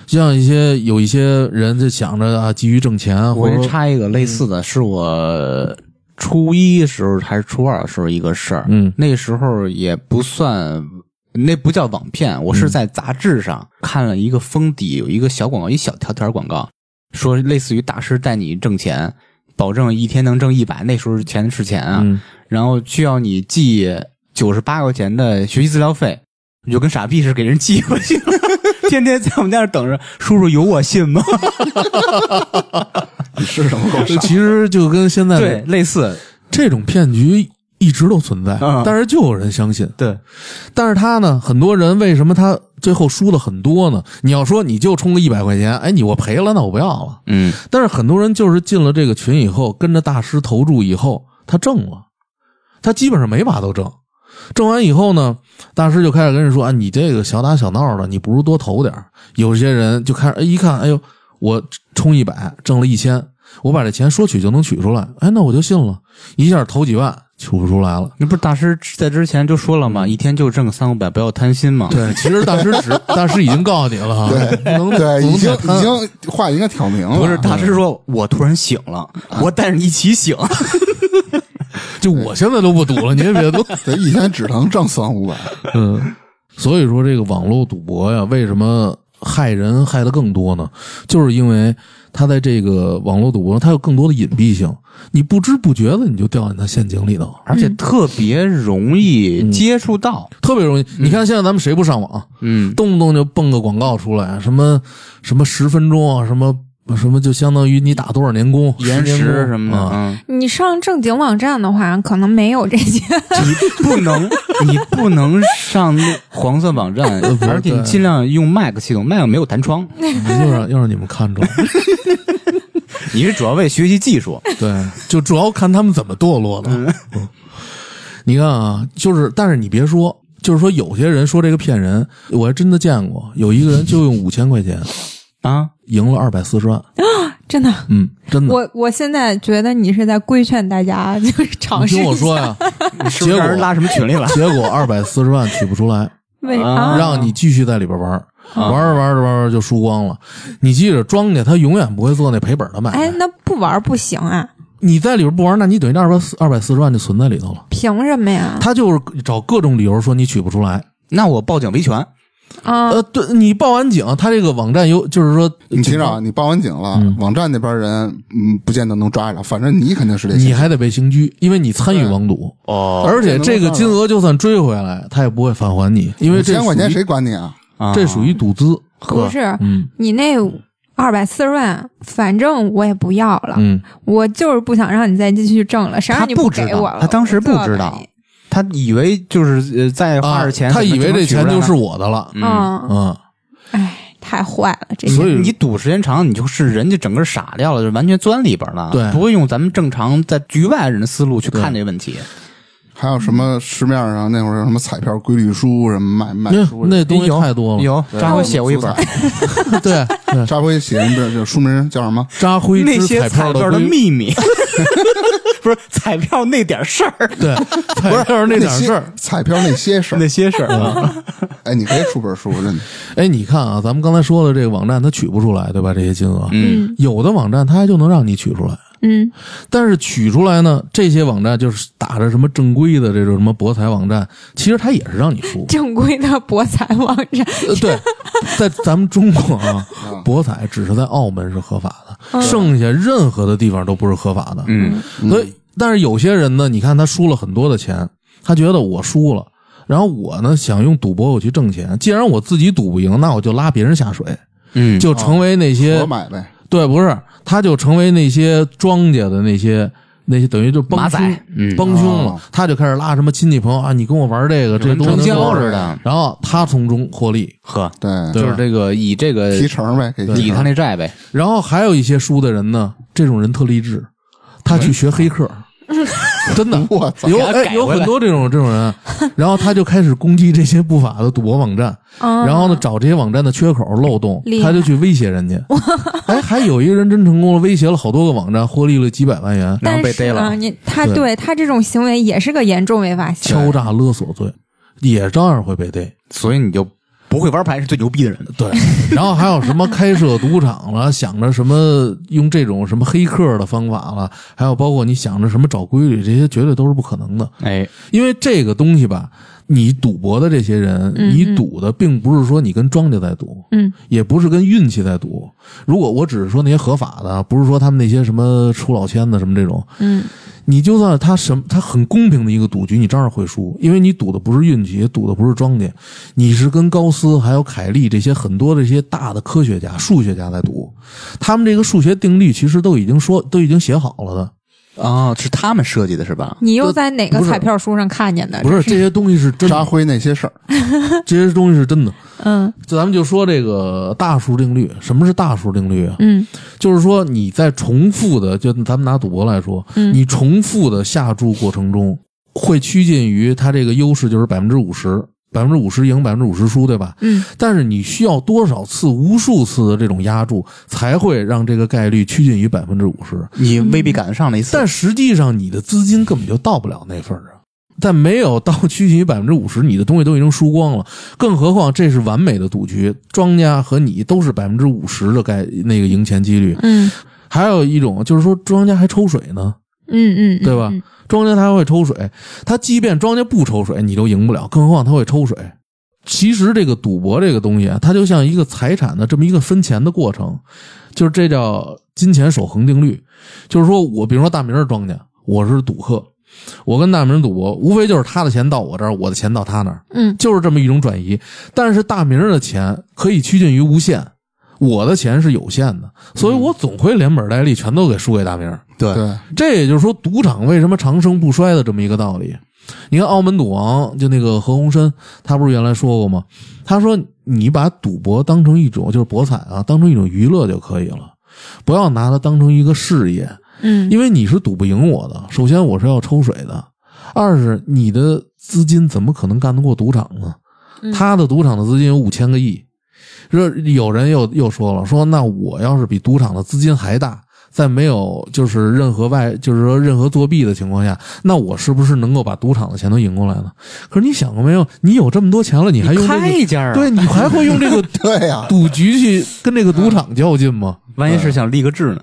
S2: 像一些有一些人就想着啊，急于挣钱，
S1: 我
S2: 或者
S1: 先
S2: 说嗯
S1: 插一个类似的，是我初一时候还是初二的时候一个事儿。
S2: 嗯
S1: 那时候也不算，那不叫网骗，我
S2: 嗯
S1: 是在杂志上看了一个封底有一个小广告，一小条条广告，说类似于大师带你挣钱，保证一天能挣一百，那时候钱是钱啊，
S2: 嗯
S1: 然后需要你寄九十八块钱的学习资料费，你就跟傻逼似的给人寄过去了。 天天在我们家那儿等着，叔叔有我信吗？
S4: 你
S2: 啊
S4: 是什么狗
S2: 其实就跟现在
S1: 对，类似，
S2: 这种骗局一直都存在
S1: 嗯，
S2: 但是就有人相信。
S1: 对，
S2: 但是他呢，很多人为什么他最后输的很多呢？你要说你就充个一百块钱，哎，你我赔了，那我不要了。
S1: 嗯，
S2: 但是很多人就是进了这个群以后，跟着大师投注以后，他挣了，他基本上每把都挣。挣完以后呢，大师就开始跟人说啊，你这个小打小闹的，你不如多投点儿有些人就开始哎一看，哎呦，我充一百挣了一千，我把这钱说取就能取出来，哎，那我就信了，一下投几万取不出来了。
S1: 那不是大师在之前就说了吗？一天就挣三五百，不要贪心嘛。
S2: 对，其实大师只大师已经告诉你了 啊，
S4: 对
S2: 不能
S4: 对，
S2: 不
S4: 已
S2: 能
S4: 经
S2: 再
S4: 已
S2: 贪
S4: 经话应该挑明了，
S1: 不是大师说，我突然醒了，我带着你一起醒。
S2: 就我现在都不赌了，你也别赌。
S4: 对，一天只能挣三 五百，
S2: 嗯，所以说这个网络赌博呀，为什么害人害的更多呢？就是因为它在这个网络赌博，它有更多的隐蔽性，你不知不觉的你就掉进它陷阱里头，
S1: 而且特别容易接触到，
S2: 特别容易。你看现在咱们谁不上网，啊
S1: 嗯，
S2: 动不动就蹦个广告出来，什么什么十分钟啊，什么什么就相当于你打多少年工，
S1: 延
S2: 10年
S1: 时
S2: 工
S1: 什么的，
S2: 啊
S1: 嗯，
S5: 你上正经网站的话，可能没有这些。
S1: 你不 能，你不能上那黄色网 站，
S2: 不是
S1: 而且你
S2: 对
S1: 尽量用 Mac 系统，Mac 没有弹 窗，
S2: 又让又让你们看着，
S1: 你是主要为学习技术，
S2: 对，就主要看他们怎么堕落的。嗯你看啊，就是，但是你别说，就是说有些人说这个骗人，我还真的见过，有一个人就用五千块钱
S1: 啊，
S2: 赢了二百四十万，
S5: 真的，
S2: 嗯，真的。
S5: 我我现在觉得你是在规劝大家， 就是尝
S2: 你
S5: 试
S2: 听
S5: 一
S2: 我
S5: 下。
S2: 说呀，
S1: 你是不是让人拉什么群里了？
S2: 结果二百四十万取不出来，
S5: 为
S1: 啊
S5: 啥？
S2: 让你继续在里边玩儿，
S5: 啊
S2: 玩着玩着玩着就输光了。你记着，庄家他永远不会做那赔本的买
S5: 哎
S2: 卖。，
S5: 那不玩不行啊？
S2: 你在里边不玩，那你等于二百四二百四十万就存在里头了。
S5: 凭什么呀？
S2: 他就是找各种理由说你取不出来，
S1: 那我报警维权，
S5: 啊，
S2: 呃，对你报完警，他这个网站有，就是说，
S4: 你记着啊，你报完警了，网站那边人嗯，不见得能抓着，反正你肯定是得
S2: 你
S4: 信。
S2: 还得被刑拘，因为你参与网赌哦，而且这个金额就算追回来，他也不会返还你，因为
S4: 五
S2: 这
S4: 千块钱
S2: 属于
S4: 谁管你啊？
S1: 啊
S2: 这属于赌资，
S1: 呃
S5: 不是，
S2: 嗯
S5: 你那二百四十万，反正我也不要
S1: 啊
S5: 了，
S2: 嗯，
S5: 我就是不想让你再继续挣了。谁
S1: 他
S5: 让你
S1: 不知
S5: 给
S1: 道
S5: 我了？
S1: 他当时
S5: 我就要
S1: 不知道
S5: 给
S1: 他以为就是呃再花
S2: 啊
S1: 点钱，
S2: 他以为这钱就是
S1: 我。
S2: 我的了，
S5: 你。嗯，
S2: 嗯，
S5: 哎，太坏了，这
S2: 所以
S1: 你赌时间长，你就是人家整个傻掉了，就完全钻里边了，
S2: 对
S1: 不会用咱们正常在局外人的思路去看这问题。
S4: 还有什么市面上那会儿有什么彩票规律书什么卖卖
S1: 嗯
S2: 那
S4: 书的？
S2: 那东西太多了，
S1: 哎有张辉写过一本
S4: 对
S2: 对， 对
S4: 扎辉写一本叫书名叫什么？
S2: 扎
S1: 《
S2: 辉
S1: 那
S2: 之
S1: 些彩
S2: 票
S1: 票的
S2: 规律，
S1: 秘 密》，不是彩票那点事儿，
S2: 对， 彩票那点事儿。
S4: 那些彩票那些事
S1: 那
S4: 儿。
S1: 些事儿啊，
S4: 哎，你可以出本书，真的。
S2: 哎，你看啊，咱们刚才说的这个网站，它取不出来，对吧？这些金额，
S1: 嗯，
S2: 有的网站它还就能让你取出来。
S5: 嗯，。
S2: 但是取出来呢，这些网站就是打着什么正规的这种什么博彩网站，其实它也是让你输
S5: 正规的博彩网站，
S2: 呃对，在咱们中国啊
S4: 啊，
S2: 博彩只是在澳门是合法的，剩下任何的地方都不是合法 的。
S1: 嗯
S2: 所以，但是有些人呢，你看他输了很多的钱，他觉得我输了，然后我呢想用赌博我去挣钱，既然我自己赌不赢，那我就拉别人下水，
S1: 嗯，
S2: 就成为那些、
S1: 哦
S4: 我买呗，
S2: 对，不是，他就成为那些庄家的那些那些等于就帮
S1: 马
S2: 凶
S1: 仔，嗯，
S2: 帮凶了，
S4: 哦
S2: 他就开始拉什么亲戚朋友啊，你跟我玩这个，这
S1: 跟
S2: 东
S1: 成
S2: 西
S1: 交
S2: 能
S1: 似
S2: 做
S1: 的，
S2: 然后他从中获利，
S1: 呵，
S4: 对，
S2: 对
S1: 就是
S2: 吧
S1: 这个以这个
S4: 提成呗，给提
S1: 抵他
S4: 成。，
S1: 那债呗，
S2: 然后还有一些输的人呢，这种人特励志，他去学黑客，真的
S4: 我操，
S2: 有
S1: 给他改
S2: 哎有
S1: 回
S2: 很
S1: 来
S2: 多这种这种 人，啊然后他就开始攻击这些不法的赌博网站，
S1: 哦
S5: 然
S2: 然后呢找这些网站的缺口漏洞
S5: 厉，
S2: 他
S5: 害
S2: 就去威胁 人家。哎，还有一个人真成功了，威胁了好多个网站，获利了几百万元，
S1: 然后被
S5: 但是
S1: 逮了
S5: 啊，你他
S2: 对
S5: 对他这种行为也是个严重违法行为。
S2: 敲诈勒索罪也照样会被逮。
S1: 所以你就不会玩牌是最牛逼的人，
S2: 对，然后还有什么开设赌场了， 想着什么用这种什么黑客的方法了，还有包括你想着什么找规律，这些绝对都是不可能的。
S1: 哎，
S2: 因为这个东西吧，你赌博的这些人，
S5: 嗯
S2: 你赌的并不是说你跟庄家在赌，
S5: 嗯，
S2: 也不是跟运气在赌。如果我只是说那些合法的，不是说他们那些什么出老千的什么这种，
S5: 嗯，
S2: 你就算他什么，他很公平的一个赌局，你照样会输，因为你赌的不是运气，也赌的不是庄家，你是跟高斯还有凯利这些很多这些大的科学家、数学家在赌，他们这个数学定律其实都已经说都已经写好了的。
S1: 哦，是他们设计的是吧？
S5: 你又在哪个
S2: 不是
S5: 彩票书上看见的？
S2: 不是这些东西是真
S4: 扎
S2: 的，
S4: 辉那些事儿，
S2: 这些东西是真的。
S5: 嗯
S2: 咱们就说这个大数定律，什么是大数定律啊？
S5: 嗯
S2: 就是说你在重复的，就咱们拿赌博来说，
S5: 嗯
S2: 你重复的下注过程中，会趋近于它这个优势就是百分之五十，百分之五十赢，百分之五十输，对吧？
S5: 嗯
S2: 但是你需要多少次、无数次的这种压注，才会让这个概率趋近于百分之五十？
S1: 你未必赶得上那一次，
S2: 但实际上你的资金根本就到不了那份儿啊。但没有到趋近于百分之五十，你的东西都已经输光了。更何况这是完美的赌局，庄家和你都是百分之五十的概那个赢钱几率。
S5: 嗯
S2: 还有一种就是说，庄家还抽水呢，
S5: 嗯嗯，
S2: 对吧？庄家他还会抽水，他即便庄家不抽水，你都赢不了，更何况他会抽水。其实这个赌博这个东西啊，它就像一个财产的这么一个分钱的过程，就是这叫金钱守恒定律。就是说我比如说大明儿庄家，我是赌客，我跟大明儿赌博，无非就是他的钱到我这儿，我的钱到他那儿，
S5: 嗯
S2: 就是这么一种转移。但是大明儿的钱可以趋近于无限，我的钱是有限的，所以
S5: 嗯
S2: 我总会连本带利全都给输给大明儿。
S1: 对
S4: 对，
S2: 这也就是说，赌场为什么长盛不衰的这么一个道理。你看澳门赌王就那个何鸿燊，他不是原来说过吗？他说你把赌博当成一种就是博彩啊，当成一种娱乐就可以了，不要拿它当成一个事业，
S5: 嗯，
S2: 因为你是赌不赢我的。首先我是要抽水的，二是你的资金怎么可能干得过赌场呢？
S5: 嗯
S2: 他的赌场的资金有五千个亿。这有人又又说了，说那我要是比赌场的资金还大，在没有就是任何外就是说任何作弊的情况下，那我是不是能够把赌场的钱都赢过来呢？可是你想过没有？你有这么多钱了，你还用这
S1: 开
S2: 个？
S1: 一家啊，
S2: 对，你还会用这个
S4: 对呀，
S2: 赌局去跟这个赌场较劲吗？
S1: 万一是想立个志呢？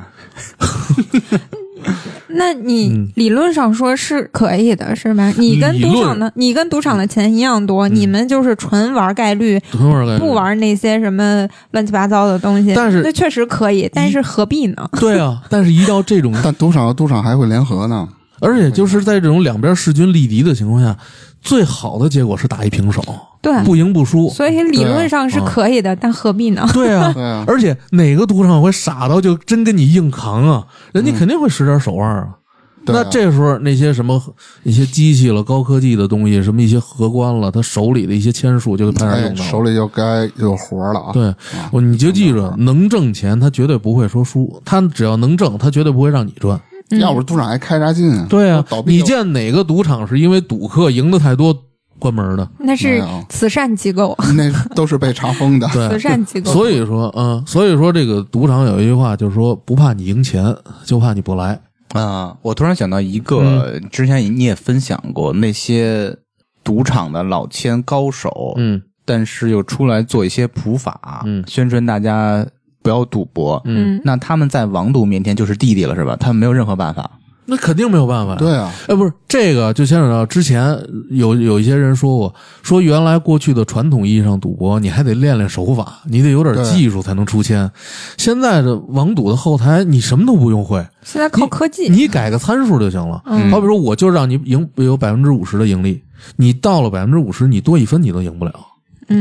S5: 那你
S2: 嗯
S5: 理论上说是可以的，是吧？你跟
S2: 理
S5: 赌
S2: 论嗯
S5: 场的你跟赌场的钱一样多，你们就是纯玩概率，
S2: 纯玩概率
S5: 不。玩那些什么乱七八糟的东西。
S2: 但是
S5: 那确实可以，但是何必呢？
S2: 对啊，但是一到这种
S4: 但赌场和赌场还会联合呢，
S2: 而且就是在这种两边势均力敌的情况下，最好的结果是打一平手，
S5: 对，啊
S2: 不啊赢不输。
S5: 嗯所以理论上是可以的，但何必呢？
S2: 对啊，
S4: 对啊，
S2: 而且哪个赌场会傻到就真跟你硬扛啊？人家肯定会使点手腕啊。
S4: 嗯对啊
S2: 那这时候那些什么一些机器了、高科技的东西，什么一些荷官了，他手里的一些签术就派上
S4: 哎
S2: 用，场
S4: 手
S2: 了。
S4: 里就该有活了啊，
S5: 嗯
S2: 对，
S4: 啊，
S2: 我你就记住，能挣钱他绝对不会说输，他只要能挣，他绝对不会让你赚。
S5: 嗯
S4: 要不赌场还开啥劲啊？
S2: 对啊
S4: 倒，闭
S2: 你
S4: 就
S2: 见哪个赌场是因为赌客赢的太多关门的？
S5: 那
S4: 没
S5: 是
S4: 有
S5: 慈善机构，
S4: 那都是被查封的，
S2: 对啊
S5: 慈善机构。
S2: 所以说，嗯，所以说这个赌场有一句话就是说，不怕你赢钱，就怕你不来。
S1: 啊，我突然想到一个，之前你也分享过那些赌场的老千高手，
S2: 嗯
S1: 但是又出来做一些普法，
S2: 嗯
S1: 宣传大家不要赌博。
S2: 嗯，
S5: 嗯，
S1: 那他们在网赌面前就是弟弟了，是吧？他们没有任何办法，
S2: 那肯定没有办法。
S4: 对，啊，
S2: 哎，不是这个，就牵扯到之前有有一些人说过，说原来过去的传统意义上赌博，你还得练练手法，你得有点
S4: 对
S2: 技术才能出千。现在的网赌的后台，你什么都不用会，
S5: 现在靠科技，
S2: 你改个参数就行了。
S5: 嗯
S2: 好比说，我就让你赢有百分之五十的盈利，你到了百分之五十，你多一分你都赢不了。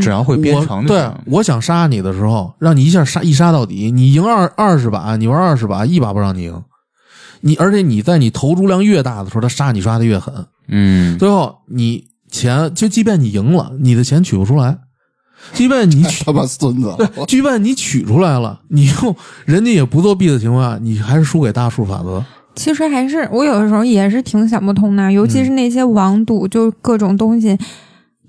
S1: 只要会编程
S2: 我
S1: 就
S2: 对
S1: 行，
S2: 我想杀你的时候，让你一下杀一杀到底，你赢二二十把，你玩二十把，一把不让你赢。你而且你在你投注量越大的时候，他杀你杀的越狠。
S1: 嗯，
S2: 最后你钱就即便你赢了，你的钱取不出来，即便你 取，
S4: 他妈孙子，
S2: 即便你取出来了，你又人家也不作弊的情况下，你还是输给大数法则。
S5: 其实还是我有的时候也是挺想不通的，尤
S4: 嗯
S5: 其是那些网赌，就各种东西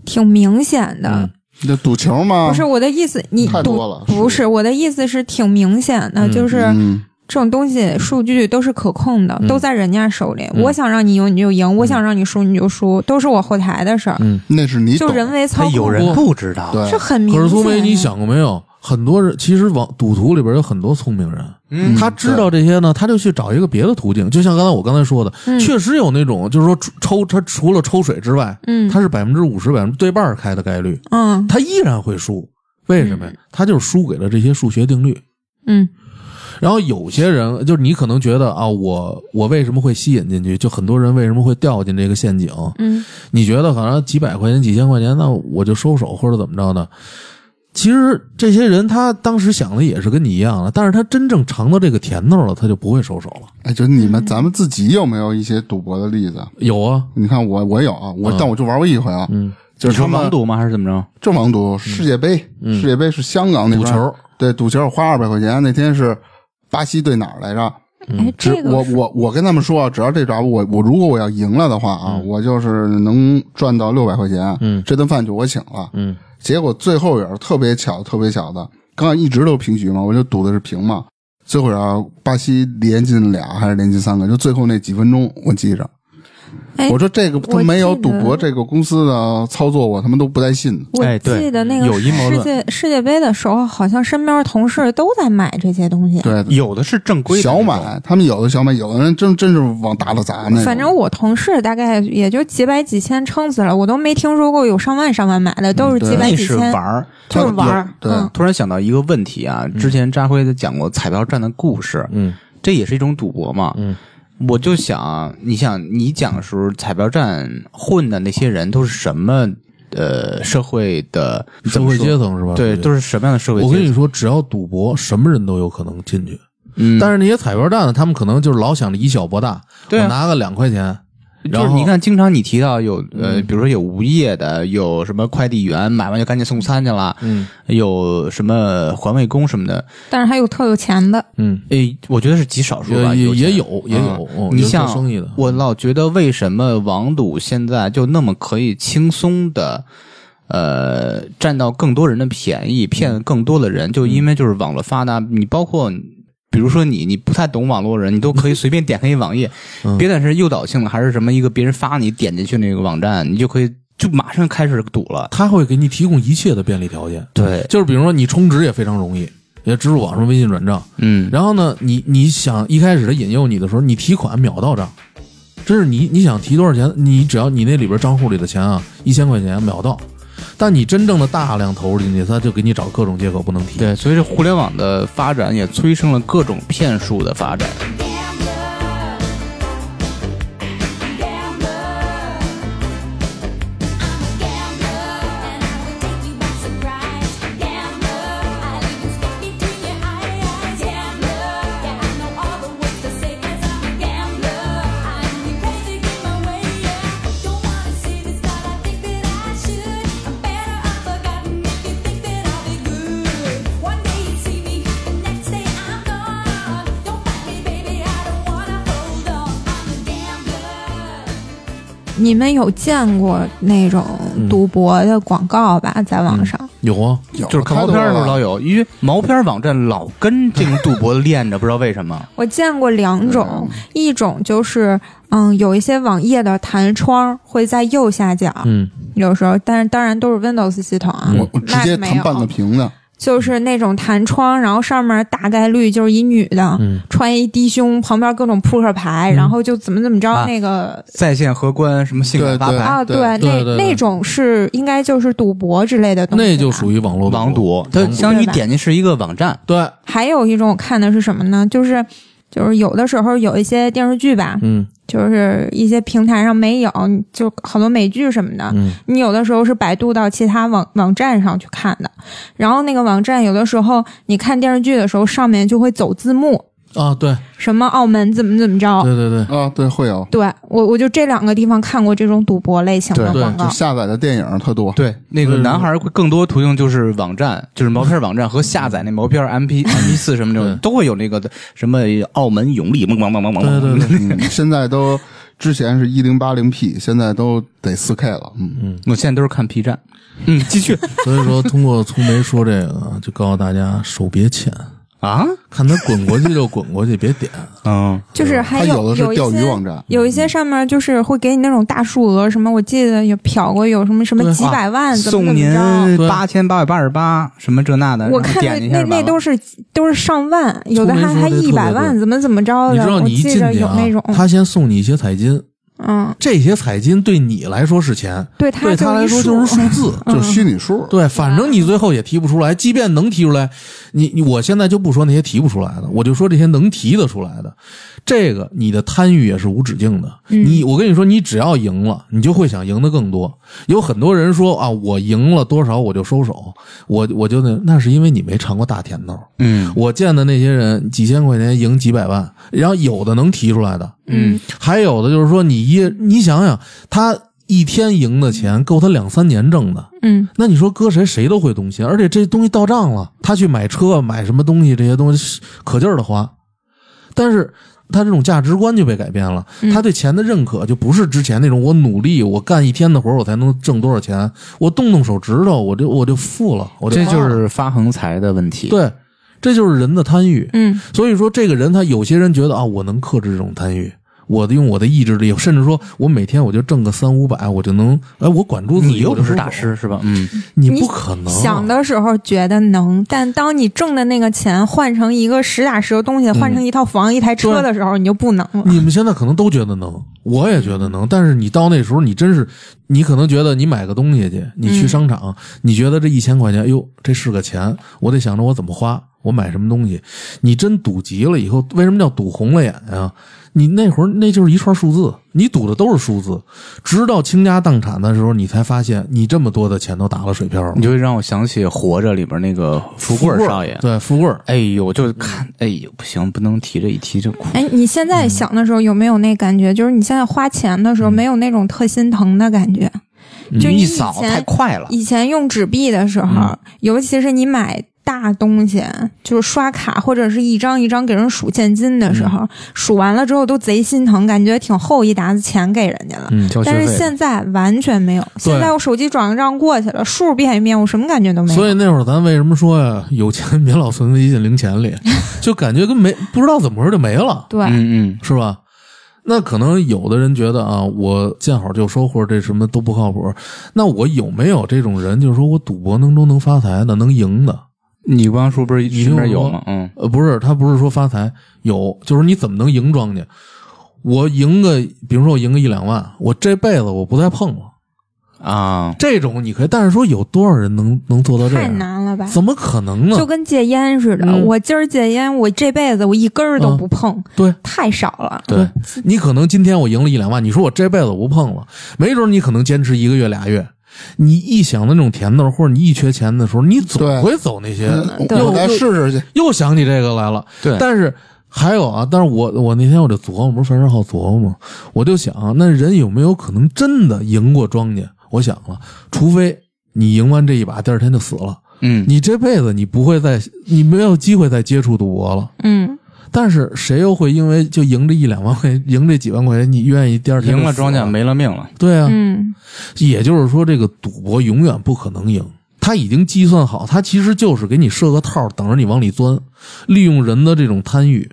S5: 挺明显的。
S2: 嗯
S4: 这赌球吗？
S5: 不是我的意思，你
S4: 啊太
S5: 赌
S4: 多了
S5: 不是我的意思是挺明显的，
S2: 嗯
S5: 就是
S4: 嗯，
S5: 这种东西数据都是可控的，
S2: 嗯
S5: 都在人家手里。
S2: 嗯
S5: 我想让你赢你就
S4: 嗯
S5: 赢，我想让你输你就输，都是我后台的事儿，
S2: 嗯，
S4: 那是你
S5: 就
S4: 懂
S5: 人为操
S1: 他
S5: 控。
S1: 有人不知道，
S4: 对
S5: 这很明
S2: 可
S5: 显啊。
S2: 是苏梅，你想过没有？很多人其实往赌徒里边有很多聪明人，
S1: 嗯
S2: 他知道这些呢，他就去找一个别的途径。就像刚才我刚才说的，
S5: 嗯
S2: 确实有那种就是说抽他除了抽水之外，
S5: 嗯
S2: 他是百分之五十百分之对半儿开的概率，
S5: 嗯
S2: 他依然会输。为什么呀？他就是输给了这些数学定律。
S5: 嗯
S2: 然后有些人就是你可能觉得啊，我我为什么会吸引进去？就很多人为什么会掉进这个陷阱？
S5: 嗯
S2: 你觉得好像几百块钱、几千块钱，那我就收手或者怎么着呢？其实这些人他当时想的也是跟你一样的，但是他真正尝到这个甜头了，他就不会收手了。
S4: 哎，就你
S5: 嗯
S4: 们咱们自己有没有一些赌博的例子？
S2: 有啊，
S4: 你看我我有啊，我但我就玩过一回啊，
S2: 嗯，
S4: 就是
S1: 他
S4: 他们
S1: 盲赌吗？还是怎么着？
S4: 正网赌世界杯，
S2: 嗯
S4: 世界杯是香港那
S2: 赌
S4: 边儿
S2: 球，
S4: 对赌球，我花二百块钱，那天是巴西对哪儿来着？
S5: 哎，
S4: 嗯只
S5: 这个
S4: 我我我跟他们说啊，只要这招我我如果我要赢了的话啊，
S1: 嗯
S4: 我就是能赚到六百块钱，
S2: 嗯
S4: 这顿饭就我请了。
S2: 嗯
S4: 结果最后也是特别巧，特别巧的，刚才一直都是平局嘛，我就赌的是平嘛。最后啊，巴西连进俩还是连进三个，就最后那几分钟我记着。
S5: 哎
S4: 我说这个他
S5: 我
S4: 没有
S5: 记
S4: 赌
S5: 得
S4: 博这个公司的操作，我他妈都不带信的。
S5: 我
S1: 哎对
S5: 记得那个
S1: 有阴谋
S5: 世
S1: 论
S5: 界世界杯的时候，好像身边的同事都在买这些东西。
S4: 对，
S1: 有的是正规的
S4: 小
S1: 那种
S4: 买，他们有的小买，有的人真真是往大了砸那种。
S5: 反正我同事大概也就几百几千撑死了，我都没听说过有上万上万买的，都是
S4: 嗯对
S5: 几
S1: 那
S5: 百几
S1: 是
S5: 千，
S1: 玩儿。
S5: 就是玩儿。
S4: 对
S5: 嗯
S1: 突然想到一个问题啊，之前扎辉在讲过彩票站的故事，
S2: 嗯
S1: 这也是一种赌博嘛。
S2: 嗯，
S1: 我就想，你想你讲的时候，彩票站混的那些人都是什么呃社会的
S2: 社会阶？
S1: 怎么
S2: 层是吧？
S1: 说对，都
S2: 是。
S1: 是什么样的社会阶
S2: 我
S1: 层？
S2: 跟你说，只要赌博，什么人都有可能进去。
S1: 嗯，
S2: 但是那些彩票站呢，他们可能就是老想着以小博大，
S1: 对啊
S2: 我拿个两块钱，然
S1: 就
S2: 后嗯
S1: 是你看，经常你提到有呃，比如说有无业的，有什么快递员买完就赶紧送餐去了，
S2: 嗯
S1: 有什么环卫工什么的，
S5: 但是还有特有钱的，
S2: 嗯，
S1: 诶，我觉得是极少数吧，
S2: 也也
S1: 钱
S2: 也有也
S1: 啊
S2: 有嗯
S1: 你
S2: 有做
S1: 像
S2: 生意的
S1: 我老觉得为什么网赌现在就那么可以轻松的，呃，占到更多人的便宜，骗更多的人，就因为就是网络发达，你包括。比如说你，你不太懂网络人，你都可以随便点开一网页，
S2: 嗯
S1: 别管是诱导性的还是什么一个别人发你点进去那个网站，你就可以就马上开始赌了。
S2: 他会给你提供一切的便利条件。
S1: 对，
S2: 就是比如说你充值也非常容易，也支付宝什么微信转账。
S1: 嗯，
S2: 然后呢，你你想一开始他引诱你的时候，你提款秒到账，这是你你想提多少钱，你只要你那里边账户里的钱啊，一千块钱秒到。但你真正的大量投入进去，他就给你找各种借口不能提。
S1: 对，所以这互联网的发展也催生了各种骗术的发展。
S6: Don't bite me, baby. I don't wanna hold on. I'm a gambler.
S5: 你们有见过那种
S1: 嗯
S5: 赌博的广告吧？在网上，
S2: 有啊，
S4: 有
S1: 就是看毛片儿的时候老有，
S4: 有
S1: 因为毛片儿网站老跟这种赌博练着，不知道为什么。
S5: 我见过两种，
S1: 嗯
S5: 一种就是嗯，有一些网页的弹窗会在右下角，
S2: 嗯，
S5: 有时候，但是当然都是 Windows 系统啊，
S1: 嗯
S4: 我我直接
S5: Mac 没
S4: 弹
S5: 有
S4: 半个屏的，
S5: 就是那种弹窗，然后上面大概率就是一女的，
S2: 嗯
S5: 穿一低胸，旁边各种扑克牌，然后就怎么怎么着、
S1: 啊
S5: 那个。
S1: 在线荷官什么性感发
S4: 对
S1: 牌、
S5: 啊，
S4: 对
S5: 那
S2: 对对对
S5: 那种是应该就是赌博之类的东西吧，
S2: 那就属于网络
S1: 网
S2: 赌。
S1: 赌，它相当于点进是一个网站，
S2: 对，
S5: 还有一种我看的是什么呢？就是就是有的时候有一些电视剧吧，
S2: 嗯
S5: 就是一些平台上没有，你就好多美剧什么的，
S2: 嗯
S5: 你有的时候是百度到其他网网站上去看的，然后那个网站有的时候你看电视剧的时候，上面就会走字幕，
S2: 啊，对
S5: 什么澳门怎么怎么着。
S2: 对对对，
S4: 啊，对，会有，
S5: 对我，我就这两个地方看过这种赌博类型的
S2: 对
S5: 广告
S4: 就。下载的电影特多。
S1: 对，那个
S2: 对
S1: 男孩儿更多途径就是网站，就是毛片网站和下载那毛片 M P M P 四什么这种，
S2: 对
S1: 都会有那个的什么澳门永利，咣咣咣咣咣。
S2: 对对对，
S4: 嗯，现在都之前是一零八零 P，现在都得四 K 了。嗯，
S1: 我现在都是看 P 站。嗯，继续
S2: 所以说通过粗梅说这个，啊就告诉大家手别欠，
S1: 啊，
S2: 看他滚过去就滚过去，别点。
S1: 嗯，
S5: 就是还
S4: 它有的是
S5: 一
S4: 钓鱼
S5: 些
S4: 网站嗯
S5: 有一些上面就是会给你那种大数额，什么我记得有瞟过有什么什么
S2: 对啊
S5: 几百万，怎么
S1: 送
S5: 怎
S1: 您
S5: 么着。
S2: 对
S1: 八千八百八十八，什么这那的，
S5: 我
S1: 然后
S5: 看
S1: 点
S5: 的
S1: 一下
S5: 那
S1: 就
S5: 那
S1: 完了
S5: 都是都是上万，有的
S2: 聪
S5: 还
S2: 明说
S5: 还
S2: 这特
S5: 一
S2: 别
S5: 百万，
S2: 对
S5: 怎么怎么着的。
S2: 你知道你一
S5: 我
S2: 进
S5: 哦记着
S2: 去
S5: 有
S2: 啊
S5: 那种，，
S2: 他先送你一些彩金，
S5: 嗯，
S2: 这些彩金对你来说是钱，
S5: 对他
S2: 对他来
S5: 就
S2: 说
S5: 一
S2: 就是
S5: 数
S2: 数
S5: 嗯
S2: 字。
S4: 就是虚拟数。
S2: 对，反正你最后也提不出来，即便能提出来，你你我现在就不说那些提不出来的，我就说这些能提得出来的。这个你的贪欲也是无止境的。
S5: 嗯
S2: 你我跟你说，你只要赢了，你就会想赢得更多。有很多人说啊，我赢了多少我就收手，我我就那那是因为你没尝过大甜头。
S1: 嗯
S2: 我见的那些人几千块钱赢几百万，然后有的能提出来的，
S5: 嗯，
S2: 还有的就是说你一你想想，他一天赢的钱够他两三年挣的。
S5: 嗯，
S2: 那你说搁谁谁都会动心，而且这东西到账了，他去买车买什么东西这些东西可劲儿的花，但是他这种价值观就被改变了，他对钱的认可就不是之前那种我努力我干一天的活儿我才能挣多少钱，我动动手指头我就我就富了，我就
S1: 这就
S2: 花了
S1: 是发横财的问题。，
S2: 对，这就是人的贪欲，
S5: 嗯，
S2: 所以说，这个人他有些人觉得啊，我能克制这种贪欲，我的用我的意志力，甚至说我每天我就挣个三五百，我就能，哎，我管住自己。
S1: 你又
S2: 我就
S1: 不是
S2: 说
S1: 大师，是吧？嗯，
S2: 你
S5: 你
S2: 不可能啊
S5: 想的时候觉得能，但当你挣的那个钱换成一个实打实的东西，换
S1: 嗯
S5: 成一套房、一台车的时候，你就不能 了。
S2: 你们现在可能都觉得能，我也觉得能，但是你到那时候，你真是，你可能觉得你买个东西去，你去商场，你觉得这一千块钱，哟，这是个钱，我得想着我怎么花，我买什么东西。你真赌急了以后，为什么叫赌红了眼呀？你那会儿那就是一串数字，你赌的都是数字，直到倾家荡产的时候，你才发现你这么多的钱都打了水漂了
S1: 你。就会让我想起《活着》里边那个富贵儿少爷。
S2: 对，富贵儿
S1: 哎呦，我就看，哎呦，不行，不能提这一提就哭。
S5: 哎，你现
S1: 嗯
S5: 在想的时候有没有那感觉？就是你现在花钱的时候没有那种特心疼的感觉？就
S1: 嗯
S5: 你
S1: 一
S5: 以
S1: 扫
S5: 前
S1: 太快了，嗯
S5: 以前用纸币的时候，尤其是你买大东西，就是刷卡或者是一张一张给人数现金的
S1: 嗯
S5: 时候，数完了之后都贼心疼，感觉挺厚一沓子钱给人家了。
S2: 哦
S1: 交学
S5: 但是
S1: 费。
S5: 现在完全没有，现在我手机转个账过去了，数变一变，我什么感觉都没有。
S2: 所以那会儿咱为什么说呀，有钱别老存微信零钱 里，就感觉跟没不知道怎么回事就没了。
S5: 对，
S1: 嗯嗯，
S2: 是吧？那可能有的人觉得啊，我见好就收，或者这什么都不靠谱。那我有没有这种人，就是说我赌博能中能发财的，能赢的？
S1: 你刚说不是
S2: 你
S1: 身
S2: 听
S1: 边
S2: 我
S1: 有
S2: 说
S1: 吗？嗯，
S2: 呃，不是，他不是说发财，有就是你怎么能赢庄家？我赢个，比如说我赢个一两万，我这辈子我不再碰了。
S1: 啊，
S2: 这种你可以，但是说有多少人能能做到这
S5: 太
S2: 样？
S5: 难了吧？
S2: 怎么可能呢？
S5: 就跟戒烟似的，
S2: 嗯
S5: 我今儿戒烟，我这辈子我一根儿都不碰，
S2: 对，
S5: 太少了。
S1: 对，
S2: 你可能今天我赢了一两万，你说我这辈子我不碰了，没准你可能坚持一个月俩月。你一想到那种甜头，或者你一缺钱的时候，你总
S4: 对嗯
S2: 会走那些，
S5: 对
S4: 我我再试试去。
S2: 又想起这个来了。
S1: 对
S2: 但是还有啊，但是我我那天我就琢磨，不是樊胜浩琢磨吗，我就想，啊那人有没有可能真的赢过庄家？我想了，除非你赢完这一把，第二天就死了，
S1: 嗯，
S2: 你这辈子你不会再，你没有机会再接触赌博了。
S5: 嗯，
S2: 但是谁又会因为就赢这一两万块， 钱，赢这几万块钱，你愿意第二天
S1: 赢
S2: 就
S1: 了
S2: 死
S1: 庄家？没了命了。
S2: 对啊，
S5: 嗯，
S2: 也就是说，这个赌博永远不可能赢。他已经计算好，他其实就是给你设个套，等着你往里钻，利用人的这种贪欲。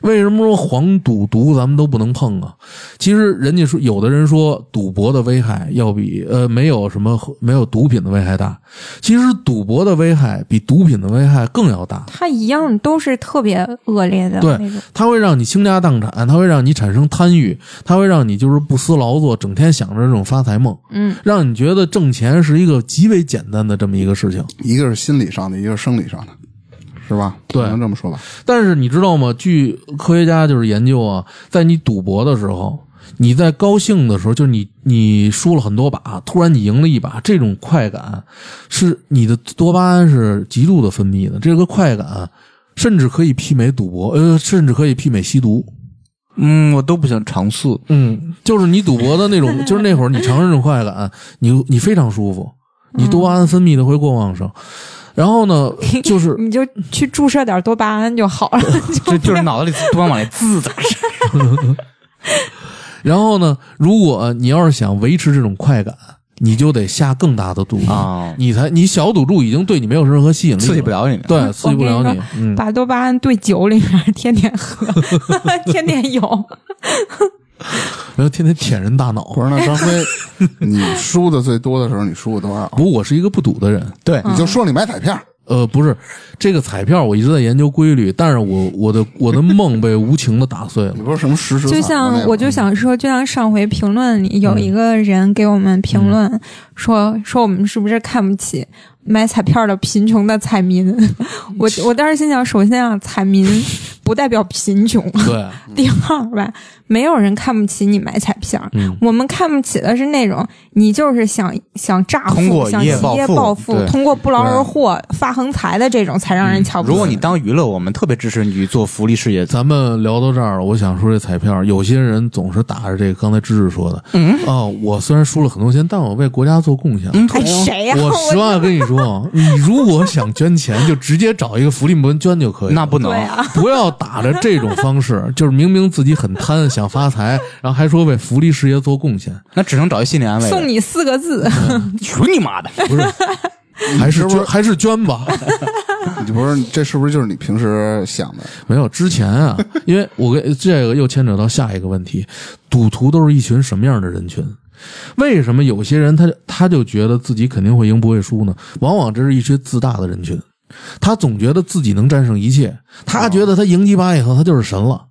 S2: 为什么说黄赌毒咱们都不能碰啊？其实人家说，有的人说赌博的危害要比呃没有什么没有毒品的危害大，其实赌博的危害比毒品的危害更要大。
S5: 它一样都是特别恶劣的
S2: 对
S5: 那种。
S2: 它会让你倾家荡产，它会让你产生贪欲，它会让你就是不思劳作，整天想着这种发财梦，
S5: 嗯，
S2: 让你觉得挣钱是一个极为简单的这么一个事情。
S4: 一个是心理上的，一个是生理上的，是吧？
S2: 对
S4: 能这么说吧？
S2: 但是你知道吗？据科学家就是研究啊，在你赌博的时候，你在高兴的时候，就是你你输了很多把，突然你赢了一把，这种快感是你的多巴胺是极度的分泌的，这个快感甚至可以媲美赌博，呃，甚至可以媲美吸毒。
S1: 嗯，我都不想尝试。
S2: 嗯，就是你赌博的那种，就是那会儿你尝试那种快感，你你非常舒服，你多巴胺分泌的会过旺盛。然后呢，就是
S5: 你就去注射点多巴胺就好 了。
S1: 这就是脑子里突然往里滋 的。
S2: 然后呢，如果你要是想维持这种快感，你就得下更大的赌注，
S1: 哦
S2: 你才你小赌注已经对你没有任何吸引力，
S1: 刺激不，了你。
S2: 对，刺激不了你。嗯，
S5: 把多巴胺兑酒里面，天天喝， 天天有。
S2: 然后天天舔人大脑
S4: 不。是，那张 辉，你输的最多的时候，你输过多少？
S2: 不过哎我是一个不赌的人，
S1: 对，
S5: 嗯
S4: 你就说你买彩票，
S2: 呃，不是这个彩票，我一直在研究规律，但是我我的我的梦被无情的打碎了
S4: 你。不是什么实时
S5: 就
S4: 彩吗
S5: 像
S4: 那个
S5: 我
S1: 嗯
S5: 就想说，就像上回评论里有一个人给我们
S1: 嗯
S5: 评论、说说我们是不是看不起买彩票的贫穷的彩民？我
S1: 嗯
S5: 我当时心想，首先啊，彩民不代表贫穷；
S1: 嗯
S2: 对，
S5: 第二吧，没有人看不起你买彩票，
S2: 嗯
S5: 我们看不起的是那种你就是想想诈
S1: 通
S5: 富、
S1: 过
S5: 想
S1: 一夜
S5: 一
S1: 暴
S5: 夜
S1: 富
S5: 暴富，
S1: 对嗯
S5: 通过不劳而获发横财的这种，才让人瞧不 起。
S1: 如果你当娱乐，我们特别支持你去做福利事业。
S2: 咱们聊到这儿，我想说这彩票，有些人总是打着这个刚才芝芝说的，嗯，哦，我虽然输了很多钱，但我为国家做贡献，
S5: 哎谁呀、
S2: 我实话跟你说，你如果想捐钱，就直接找一个福利部门捐就可以。
S1: 那不能
S5: 对，啊，
S2: 不要打着这种方式，就是明明自己很贪，想发财，然后还说为福利事业做贡献，
S1: 那只能找一心理安慰。
S5: 送你四个字。
S1: 去你妈的！
S2: 不是？还是捐，还是捐吧。
S4: 你不是这是不是就是你平时想的？
S2: 没有之前啊，因为我跟这个又牵扯到下一个问题，赌徒都是一群什么样的人群？为什么有些人他他就觉得自己肯定会赢不会输呢？往往这是一些自大的人群，他总觉得自己能战胜一切，他觉得他赢几把以后他就是神了，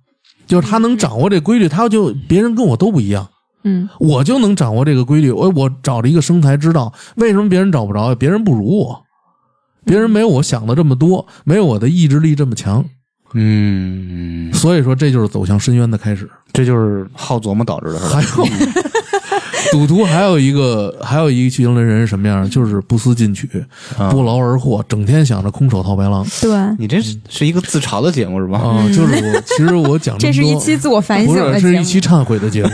S2: 就是他能掌握这规律，他就别人跟我都不一样。
S5: 嗯，
S2: 我就能掌握这个规律，我我找了一个生财之道，为什么别人找不着呀？别人不如我，别人没有我想的这么多，没有我的意志力这么强。
S1: 嗯，
S2: 所以说，这就是走向深渊的开始。
S1: 这就是好琢磨导致的，是吧？
S2: 还有，赌徒还有一个还有一个群的人是什么样？就是不思进取，不劳而获，整天想着空手套白狼。
S5: 对，
S1: 你这是是一个自嘲的节目是吧？
S2: 啊、就是我，其实我讲
S5: 嗯这
S2: 么
S5: 是一
S2: 多
S5: 期自我反省
S2: 不是，
S5: 的节
S2: 是
S5: 目
S2: 一期忏悔的节目，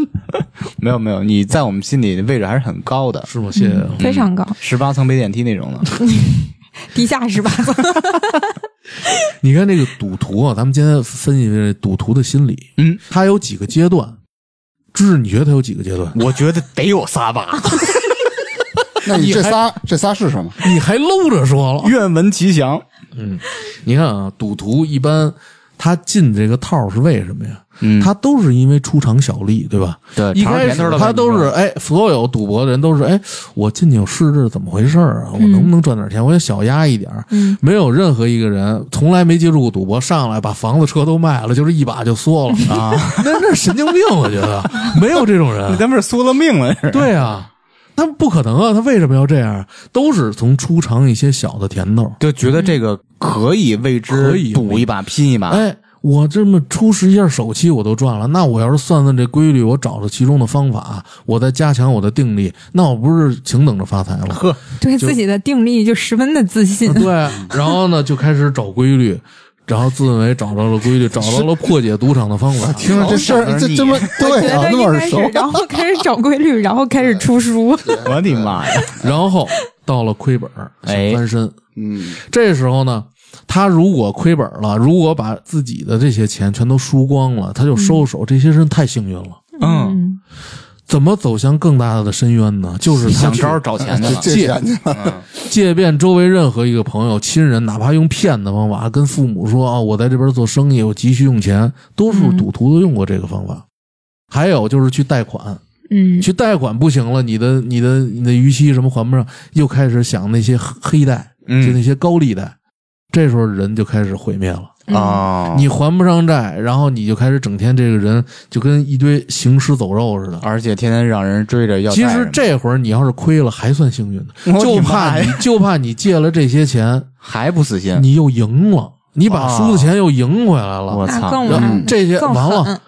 S1: 没有没有，你在我们心里的位置还是很高的，啊
S2: 是吗？谢谢。
S5: 非常
S2: 嗯
S5: 高，
S1: 十八层北电梯那种的。
S5: 地 下十八层。
S2: 你看这个赌徒啊，咱们今天分析这赌徒的心理，
S1: 嗯，
S2: 他有几个阶段？知识，你觉得他有几个阶段？
S1: 我觉得得有仨吧，
S4: 那你
S2: 你
S4: 这
S2: 还
S4: 仨这仨是什么？
S2: 你还搂着说了？
S1: 愿闻其详。
S2: 你看啊，赌徒一般他进这个套是为什么呀？
S1: 嗯
S2: 他都是因为出场小利，对吧？
S1: 对
S2: 一
S1: 尝
S2: 开
S1: 甜头
S2: 始
S1: 的
S2: 他
S1: 问题
S2: 都是
S1: 是
S2: 哎，所有赌博的人都是哎，我进去我试试怎么回事儿啊？我能不能赚点钱？我也小压一点儿。
S5: 嗯
S2: 没有任何一个人从来没接触过赌博，上来把房子车都卖了，就是一把就缩了啊！那那神经病，我觉得没有这种人。
S1: 咱们是缩了命了，是
S2: 对啊，他不可能啊，他为什么要这样？都是从出尝一些小的甜头。
S1: 就觉得这个可以为
S2: 可
S1: 之
S2: 以
S1: 赌一把、拼一把。
S2: 哎，我这么出示一下手气，我都赚了。那我要是算算这规律，我找着其中的方法，我再加强我的定力，那我不是请等着发财吗？
S1: 呵，
S5: 对自己的定力就十分的自信。
S2: 对，然后呢，就开始找规律。然后自认为找到了 规律，找到了破解赌场的方法。
S4: 听着这事
S1: 好
S4: 儿，
S1: 想着
S4: 这
S1: 你
S4: 这么对
S5: 觉
S4: 啊，
S5: 得
S4: 那么
S5: 应
S4: 耳
S5: 该是
S4: 熟，。
S5: 然后开始找规律，然后开始出书。
S1: 我的妈呀！
S2: 然后到了亏本儿，想
S1: 哎
S2: 翻身。
S4: 嗯，
S2: 这时候呢，他如果亏本了，如果把自己的这些钱全都输光了，他就收手。这些人太幸运了。
S1: 嗯，
S2: 怎么走向更大的深渊呢？就是他
S1: 想
S2: 去
S1: 招儿找 钱去
S4: 就
S1: 了。嗯
S4: 借钱去了，
S1: 啊
S2: 借遍周围任何一个朋友、亲人，哪怕用骗的方法，跟父母说啊，我在这边做生意，我急需用钱，多数
S5: 嗯
S2: 赌徒都用过这个方法。
S1: 嗯
S2: 还有就是去贷款，
S5: 嗯，
S2: 去贷款不行了，你的、你的、你的逾期什么还不上，又开始想那些黑黑贷，就那
S1: 嗯
S2: 些高利贷，这时候人就开始毁灭了。
S5: 嗯，
S1: 啊，
S2: 你还不上债，然后你就开始整天这个人就跟一堆行尸走肉似的。
S1: 而且天天让人追着要债
S2: 其
S1: 什么
S2: 实
S1: 的。
S2: 这会儿你要是亏了，还算幸运的，
S1: 我的
S2: 就
S1: 妈
S2: 怕
S1: 呀
S2: 你就怕你借了这些钱，
S1: 还不死
S5: 嗯
S1: 心，
S2: 你又赢了，你把
S1: 啊
S2: 输的钱又赢回来了
S1: 我。
S5: 那
S1: 操
S5: 更
S2: 然后
S4: 嗯
S5: 完
S2: 嗯这些
S5: 更
S2: 完了
S5: 狠，嗯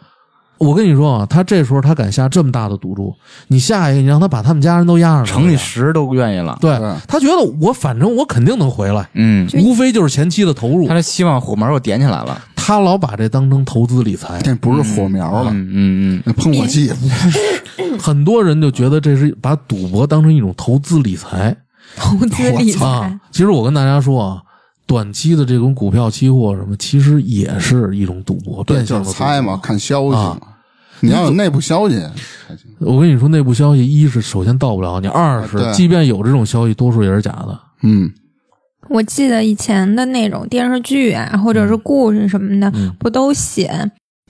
S2: 我跟你说啊，他这时候他敢下这么大的赌注，你下一个，你让他把他们家人都压上，
S1: 乘以，十都愿意了。
S2: 对
S4: 对
S2: 他觉得我反正我肯定能回来，
S1: 嗯，
S5: 就
S2: 无非就是前期的投入
S1: 他。的希望火苗又点起来了。
S2: 他老把这当成投资理财，
S4: 那不是火苗了，
S1: 嗯嗯嗯，
S4: 那喷火器，
S2: 很多人就觉得这是把赌博当成一种投资理财
S5: 投资理财
S2: 啊，。其实我跟大家说啊，短期的这种股票、期货什么，其实也是一种赌博，
S4: 对，
S2: 变
S4: 就
S2: 相
S4: 是
S2: 的赌博
S4: 猜嘛，。看消息嘛
S2: 啊。
S4: 你要有内部消息才行。
S2: 我跟你说，内部消息一是首先到不了你，二
S4: 啊对
S2: 是即便有这种消息，多数也是假的。
S4: 嗯，
S5: 我记得以前的那种电视剧啊，或者是故事什么的，
S2: 嗯
S5: 不都写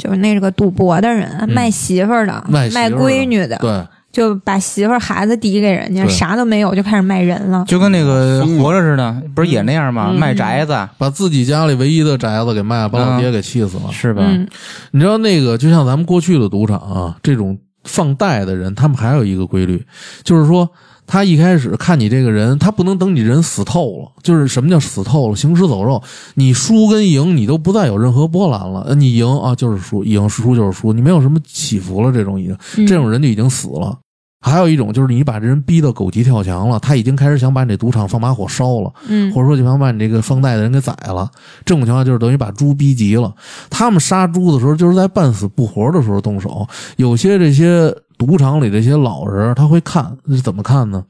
S5: 就是那个赌博的人、卖媳妇儿的、
S2: 卖
S5: 嗯卖
S2: 媳妇儿的
S5: 闺女的，
S2: 对，
S5: 就把媳妇儿孩子抵给人家，
S2: 对
S5: 啥都没有就开始卖人了。
S1: 就跟那
S2: 嗯
S1: 个
S4: 疯了
S1: 活着似的，不是也那样吗？
S5: 嗯
S1: 卖宅子
S2: 把自己家里唯一的宅子给卖了，把
S4: 嗯
S2: 老爹给气死了。
S1: 是吧？
S5: 嗯，
S2: 你知道那个，就像咱们过去的赌场啊，这种放贷的人，他们还有一个规律，就是说他一开始看你这个人，他不能等你人死透了，就是什么叫死透了，行尸走肉，你输跟赢你都不再有任何波澜了，呃你赢啊就是输，赢输就是输，你没有什么起伏了，这种已经
S5: 嗯
S2: 这种人就已经死了。还有一种就是你把这人逼到狗急跳墙了，他已经开始想把你这赌场放把火烧了，
S5: 嗯，
S2: 或者说就想把你这个放贷的人给宰了。这种情况就是等于把猪逼急了。他们杀猪的时候，就是在半死不活的时候动手。有些这些赌场里这些老人儿，他会看，是怎么看呢？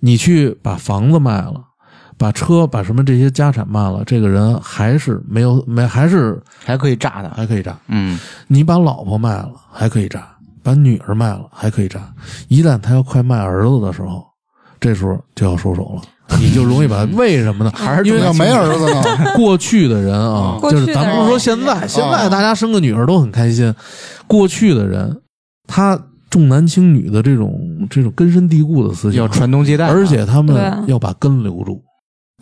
S2: 你去把房子卖了。把车把什么这些家产卖了，这个人还是没有没还是
S1: 还可以炸他。
S2: 还可以炸。
S1: 嗯，
S2: 你把老婆卖了还可以炸，把女儿卖了还可以炸。一旦他要快卖儿子的时候，这时候就要收手了，你就容易把他为什么呢？还是因为
S4: 要没儿子 呢，
S2: 过去的人啊，
S5: 过
S2: 就
S5: 去
S2: 是
S5: 的
S2: 咱不是说现在，
S5: 人
S2: 现在大家生个女儿都很开心。过去的人，他重男轻女的这种这种根深蒂固的思想，
S1: 要传宗接代，
S2: 而且他们
S5: 对
S2: 要把根留住。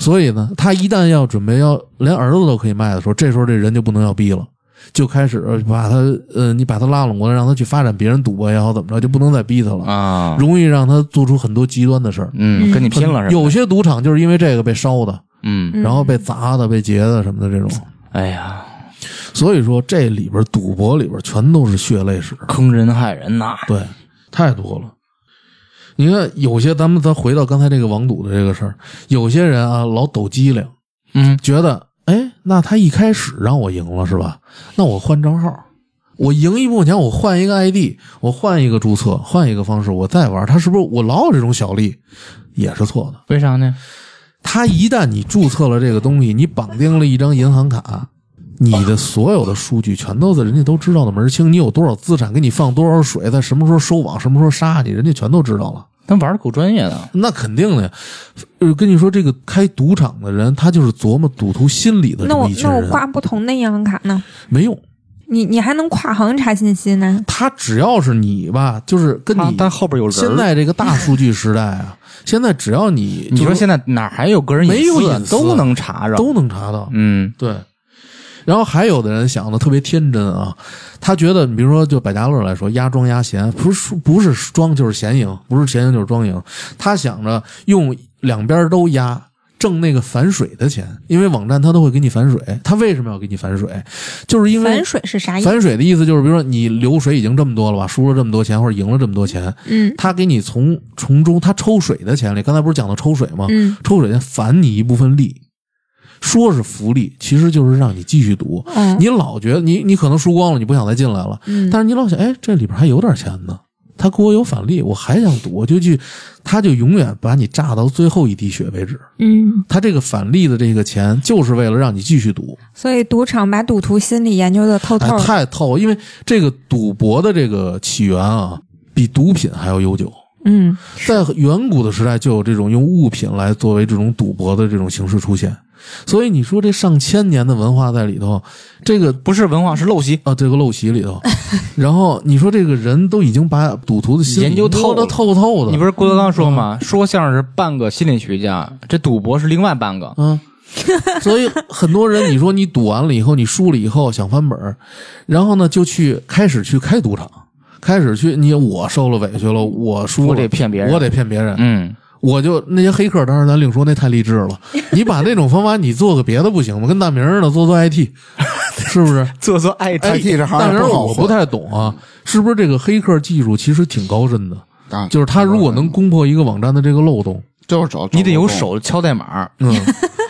S2: 所以呢，他一旦要准备要连儿子都可以卖的时候，这时候这人就不能要逼了，就开始把他呃，你把他拉拢过来，让他去发展别人赌博也好怎么着，就不能再逼他了，
S1: 啊，
S2: 容易让他做出很多极端的事儿。
S1: 嗯，
S5: 嗯
S1: 跟你拼了是吧？
S2: 有些赌场就是因为这个被烧的，
S1: 嗯，
S5: 嗯
S2: 然后被砸的、被劫的什么的这种。
S1: 哎呀，
S2: 所以说，这里边赌博里边全都是血泪史。
S1: 坑人害人呐！
S2: 对，太多了。你看，有些咱们再回到刚才这个网赌的这个事儿，有些人啊老抖机灵，
S1: 嗯，
S2: 觉得哎，那他一开始让我赢了是吧？那我换账号，我赢一部分钱，我换一个 ID，我换一个注册，换一个方式，我再玩，他是不是我老有这种小利？也是错的。
S1: 为啥呢？
S2: 他一旦你注册了这个东西，你绑定了一张银行卡，你的所有的数据全都在人家都知道的门儿清，你有多少资产，给你放多少水，在什么时候收网，什么时候杀你，人家全都知道了。
S1: 他玩的够专业的，
S2: 那肯定的呀，呃，跟你说，这个开赌场的人，他就是琢磨赌徒心理的
S5: 那
S2: 这么
S5: 我
S2: 一群
S5: 那我
S2: 人，
S5: 挂不同的银行卡呢？
S2: 没用。
S5: 你你还能跨行查信息呢？
S2: 他只要是你吧，就是跟
S1: 他
S2: 你
S1: 但后边有人。
S2: 现，在这个大数据时代啊，现在只要你
S1: 你
S2: 就
S1: 说
S2: 是
S1: 现在哪还有个人
S2: 没有
S1: 隐
S2: 隐
S1: 私
S2: 私
S1: 都能查着，
S2: 都能查到，
S1: 嗯
S2: 对。然后还有的人想的特别天真啊，他觉得，比如说就百家乐来说，压庄压闲，不是不是庄就是闲赢，不是闲赢就是庄赢。他想着用两边都压挣那个反水的钱，因为网站他都会给你反水。他为什么要给你反水？就是因为
S5: 反水是啥意
S2: 嗯
S5: 思？
S2: 反水的意思就是，比如说你流水已经这么多了吧，输了这么多钱或者赢了这么多钱，
S5: 嗯
S2: 他给你从从中他抽水的钱里，刚才不是讲到抽水吗？
S5: 嗯
S2: 抽水钱返你一部分利，说是福利，其实就是让你继续赌。
S5: 嗯
S2: 你老觉得你你可能输光了，你不想再进来了，
S5: 嗯，
S2: 但是你老想，哎，这里边还有点钱呢，他给我有返利，我还想赌，我就去，他就永远把你榨到最后一滴血为止。
S5: 嗯，
S2: 他这个返利的这个钱，就是为了让你继续赌。
S5: 所以赌场把
S1: 哦
S5: 赌徒心理研究的透透
S2: 哎，
S5: 的。
S2: 太透了，因为这个赌博的这个起源啊，比毒品还要悠久。
S5: 嗯
S2: 在远古的时代就有这种用物品来作为这种赌博的这种形式出现，所以你说这上千年的文化在里头，这个
S1: 不是文化是陋习。
S2: 啊，这个陋习 里头，然后你说这个人都已经把赌徒的心理
S1: 研究透
S2: 摸得
S1: 了
S2: 透透的，
S1: 你不是郭德纲说吗？说相声是半个心理学家，这赌博是另外半个。
S2: 嗯， 所以很多人，你说你赌完了以后，你输了以后想翻本儿，然后呢就去开始去开赌场，开始去你我受了委屈了，我输了，
S1: 我得骗别人
S2: 我得骗别人，
S1: 嗯，
S2: 我就那些黑客，当然咱另说，那太励志 了。你把那种方法你做个别的不行吗？跟大明儿似的做做 IT，是不是？
S1: 做做 IT，
S4: IT 这行
S2: 大明
S4: 也
S2: 儿
S4: 不好
S2: 我不
S4: 混
S2: 太懂啊，是不是这个黑客技术其实挺高深的？
S4: 啊，
S2: 就是他如果能攻破一个网站的这个漏洞，
S4: 就是找
S1: 你得有，
S4: 找
S1: 手敲代码。
S2: 嗯，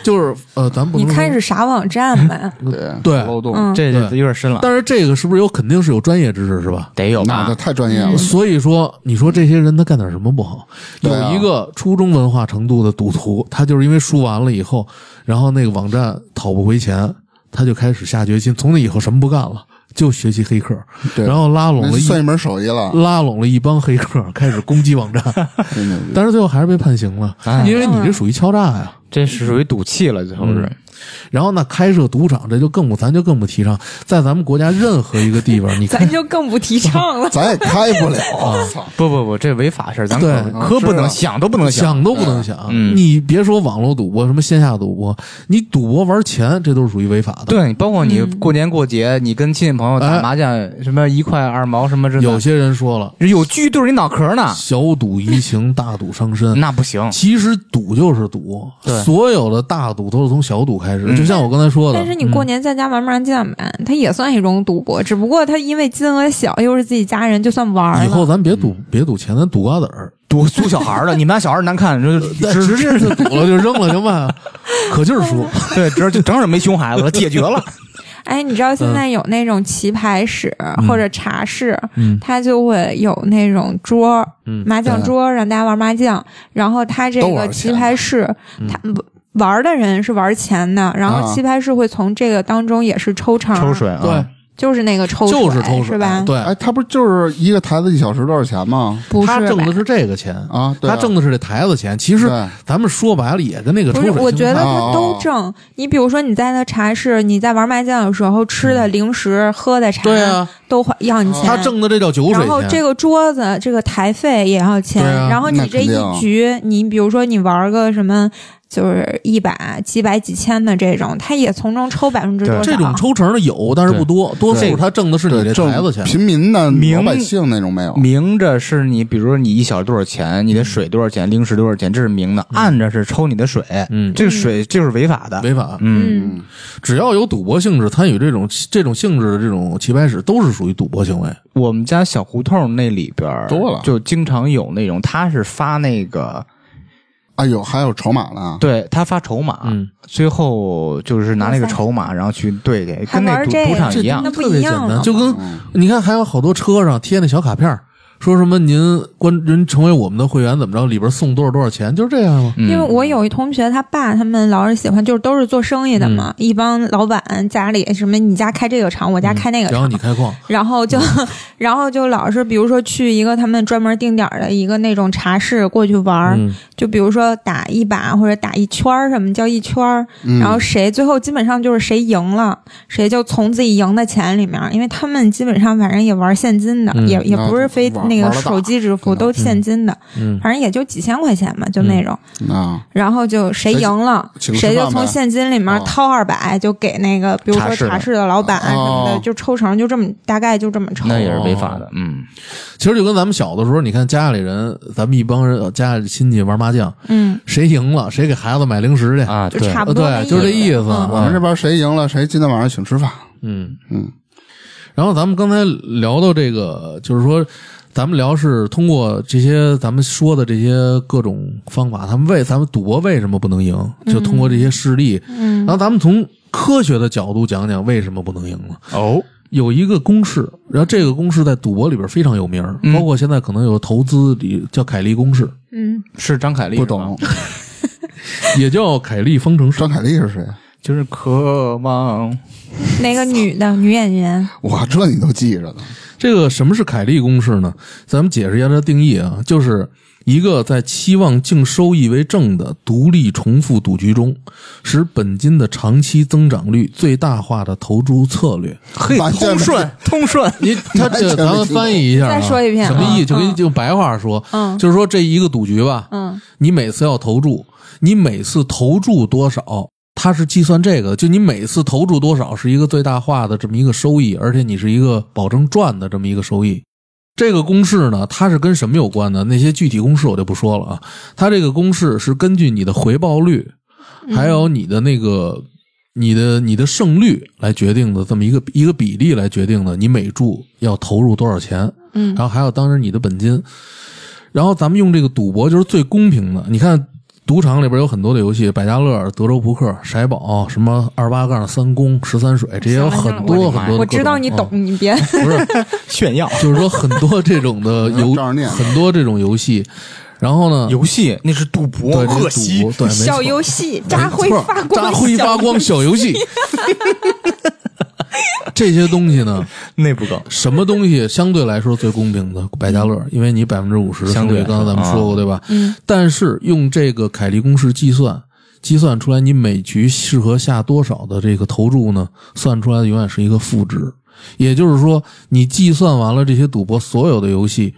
S2: 就是呃，咱不
S5: 你
S2: 能
S5: 看
S2: 说
S5: 是啥网站 呗？
S4: 漏洞对，
S2: 对，
S1: 漏洞，
S5: 嗯
S1: 这
S2: 对
S1: 有点
S4: 啊
S1: 深了，
S2: 但是这个是不是有肯定是有专业知识是吧？
S1: 得有
S4: 那这
S1: 吧？
S4: 太专业了。
S2: 所以说，你说这些人他干点什么不好？
S4: 对啊
S2: 有一个初中文化程度的赌徒，他就是因为输完了以后，然后那个网站讨不回钱，他就开始下决心，从那以后什么不干了，就学习黑客，
S4: 对
S2: 然后拉拢
S4: 那
S2: 了一呃
S4: 算一门手艺了，
S2: 拉拢了一帮黑客，开始攻击网 站，
S4: 真牛逼。
S2: 但是最后还是被判刑了，
S1: 哎
S2: 因为你这属于敲诈呀。
S1: 这是属于赌气了，最后是
S2: 嗯然后那开设赌场，这就更不，咱就更不提倡，在咱们国家任何一个地方，你
S5: 咱
S2: 看。
S5: 就更不提 倡了
S4: 咱也开不了，啊操！
S1: 不不不，这违法事儿，咱
S2: 对
S1: 可可不
S4: 是啊
S1: 能想都不能想。
S2: 想都不能想，
S1: 嗯
S2: 你别说网络赌博，什么线下赌博，你赌博玩钱，这都是属于违法的。
S1: 对，包括你过年过节，你跟亲戚朋友打
S2: 哎
S1: 麻将，什么一块二毛什么之类的，
S2: 有些人说了，
S1: 有锯对着你脑壳呢，
S2: 小赌怡情，大赌伤
S4: 嗯
S2: 身。
S1: 那不 行。
S2: 其实赌就是赌，
S1: 对
S2: 所有的大赌都是从小赌开
S4: 嗯
S2: 始。就像我刚才说的，嗯
S5: 但是你过年在家玩麻将呗，它也算一种赌博，只不过它因为金额小，又是自己家人，就算玩儿
S2: 以后
S5: 了。
S2: 咱
S4: 嗯
S2: 别赌，别赌钱，咱赌瓜子儿，
S1: 赌输小孩儿的，你们家小孩儿难看，就直
S2: 直接就赌了，就扔了，行吧？ 可劲儿输，
S1: 对，直就整整没熊孩子了，解决 了。
S5: 哎，你知道现在有那种棋牌室或者茶室，
S2: 嗯
S5: 它就会有那种桌儿，麻将桌让大家玩麻将，
S2: 嗯
S5: 然后它这
S4: 都
S5: 个
S4: 玩
S5: 棋
S4: 钱
S5: 牌室，它不玩的人是玩钱的，然后
S4: 啊
S5: 棋牌室会从这个当中也是抽成，
S1: 抽水啊，
S2: 对，，
S5: 就是那个抽
S2: 就是抽
S5: 是吧？啊
S2: 对，
S4: 哎，他不就是一个台子一小时多少钱吗？
S5: 不是
S2: 他挣
S5: 吧
S2: 的是这个钱
S4: 啊对
S2: 他
S4: 啊
S2: 挣的是这台子钱。其实
S4: 对
S2: 咱们说白了，也跟那个抽
S5: 不是，
S2: 水啊
S5: 我
S2: 性
S5: 觉得
S2: 差
S5: 他都挣。你比如说，你在那茶室，你在玩麻将的时候吃的零食、喝的茶，
S2: 嗯对啊，
S5: 都花要你钱。
S2: 他挣的这叫酒水
S5: 嗯然
S2: 钱。
S5: 后这个桌子、这个台费也要钱。
S2: 对啊
S5: 然后你
S4: 那
S5: 这
S4: 肯定
S5: 一局，你比如说你玩个什么，就是一百、几百、几千的这种，他也从中抽百分之多少。嗯
S2: 这种抽成的有，但是不多，多数他挣的是你这
S4: 对，挣
S2: 台子钱。
S4: 平民的
S1: 明
S4: 老百姓那种没有。
S1: 明着是你，比如说你一小时多少钱，你的水多少钱，零食多少钱，这是明的；暗着是抽你的水，
S2: 嗯
S1: 这个水就是嗯违法的。
S2: 违法，
S1: 嗯，
S5: 嗯，
S2: 只要有赌博性质，参与这种这种性质的这种棋牌室，都是属于赌博行为。
S1: 我们家小胡同那里边儿
S4: 多了
S1: 就经常有那种，他是发那个，
S4: 哎呦，还有筹码呢，
S1: 对他发筹码，
S2: 嗯
S1: 最后就是拿那个筹码，然后去兑给，
S5: 还
S1: 跟那
S5: 玩
S1: 赌
S5: 这个
S1: 赌场
S5: 这
S1: 一样
S5: 那。不
S2: 特别
S5: 一
S2: 简
S5: 样啊嗯
S2: 单，
S5: 了
S2: 就跟你看，还有好多车上贴那小卡片儿，说什么您关人成为我们的会员怎么着，里边送多少多少钱，就是这样嘛。
S5: 因为我有一同学，他爸他们老是喜欢，就是都是做生意的嘛，
S2: 嗯
S5: 一帮老板家里什么，你家开这个厂，我家开那个
S2: 然
S5: 厂
S2: 后，你开嗯矿，
S5: 然后就，然后就老是，比如说去一个他们专门定点儿的一个那种茶室过去玩儿，
S2: 嗯
S5: 就比如说打一把或者打一圈儿，什么叫一圈儿，
S4: 嗯
S5: 然后谁最后基本上就是谁赢了，谁就从自己赢的钱里面儿，因为他们基本上反正也玩现金的，
S2: 嗯
S5: 也也
S4: 那
S5: 不是非
S4: 玩
S5: 那个
S4: 玩得大
S5: 手机支
S4: 嗯
S5: 付，都现金的，
S2: 嗯
S5: 反正也就几千块钱嘛，就那种。
S4: 啊，
S5: 然后就谁赢了，
S4: 请
S5: 谁
S4: 吃
S5: 就
S4: 饭
S5: 从
S4: 呗
S5: 现金里面
S4: 哦
S5: 掏二百，就给那个，比如
S1: 茶
S5: 说
S1: 室的
S5: 茶室的老板什么的，
S4: 哦
S5: 就抽成，就这么大概就这么抽。
S1: 那也是违法的，嗯，
S2: 其实就跟咱们小的时候，你看家里人，咱们一帮人呃家里亲戚玩麻将，
S5: 嗯，
S2: 谁赢了谁给孩子买零食去
S1: 啊，
S5: 就
S1: 对，
S5: 差不
S2: 呃
S5: 多那
S2: 对，就是这意思。啊
S5: 嗯
S4: 我们这边谁赢了谁今天晚上请吃饭。
S2: 嗯
S4: 嗯，
S2: 然后咱们刚才聊到这个，就是说，咱们聊是通过这些咱们说的这些各种方法，他们为咱们赌博为什么不能赢，就通过这些事例。
S5: 嗯
S2: 然后咱们从科学的角度讲讲为什么不能赢了。
S1: 哦，
S2: 有一个公式，然后这个公式在赌博里边非常有名儿，包括现在可能有投资里叫凯利公式，
S5: 嗯，
S1: 是张凯丽，
S4: 不懂，
S2: 也叫凯利方程式。
S4: 张凯丽是谁？啊
S1: 就是渴望。
S5: 那个女的女演员，
S4: 哇，这你都记着呢？
S2: 这个什么是凯利公式呢？咱们解释一下它的定义啊，就是一个在期望净收益为正的独立重复赌局中，使本金的长期增长率最大化的投注策略。
S1: 嘿，
S4: 完全
S1: 通顺通顺，
S2: 你他这个咱们翻译一下、啊，
S5: 再说一遍啊
S2: 什么意？就跟
S5: 嗯
S2: 就白话说，
S5: 嗯
S2: 就是说这一个赌局吧，
S5: 嗯，
S2: 你每次要投注，你每次投注多少，它是计算这个的，就你每次投注多少是一个最大化的这么一个收益，而且你是一个保证赚的这么一个收益。这个公式呢，它是跟什么有关呢？那些具体公式我就不说了啊。它这个公式是根据你的回报率，还有你的那个、你的你的胜率来决定的，这么一个一个比例来决定的。你每注要投入多少钱？
S5: 嗯
S2: 然后还有当时你的本金。然后咱们用这个赌博就是最公平的。你看赌场里边有很多的游戏，百家乐、德州扑克、骰宝，什么二八杠、三公、十三水，这些有很多
S1: 行了行了
S2: 很多的各种。
S5: 我知道你懂，
S2: 嗯
S5: 你别
S2: 不是？
S1: 炫耀
S2: 就是说很多这种的游，
S4: 照着念
S2: 很多这种游戏。然后呢，
S1: 游戏那是赌博，
S2: 对这
S1: 恶
S2: 是
S1: 习
S2: 赌博，哎对，没错
S5: 小游戏扎
S2: 没
S5: 灰
S2: 错
S5: 发光，
S2: 扎灰发光小游戏。 这些东西呢，
S1: 那不够。
S2: 什么东西相对来说最公平的？百家乐，因为你百分之五十
S1: 嗯相对来啊说
S2: 刚才咱们说过对吧？嗯。但是用这个凯利公式计算，计算出来你每局适合下多少的这个投注呢？算出来的永远是一个负值。也就是说，你计算完了这些赌博所有的游戏，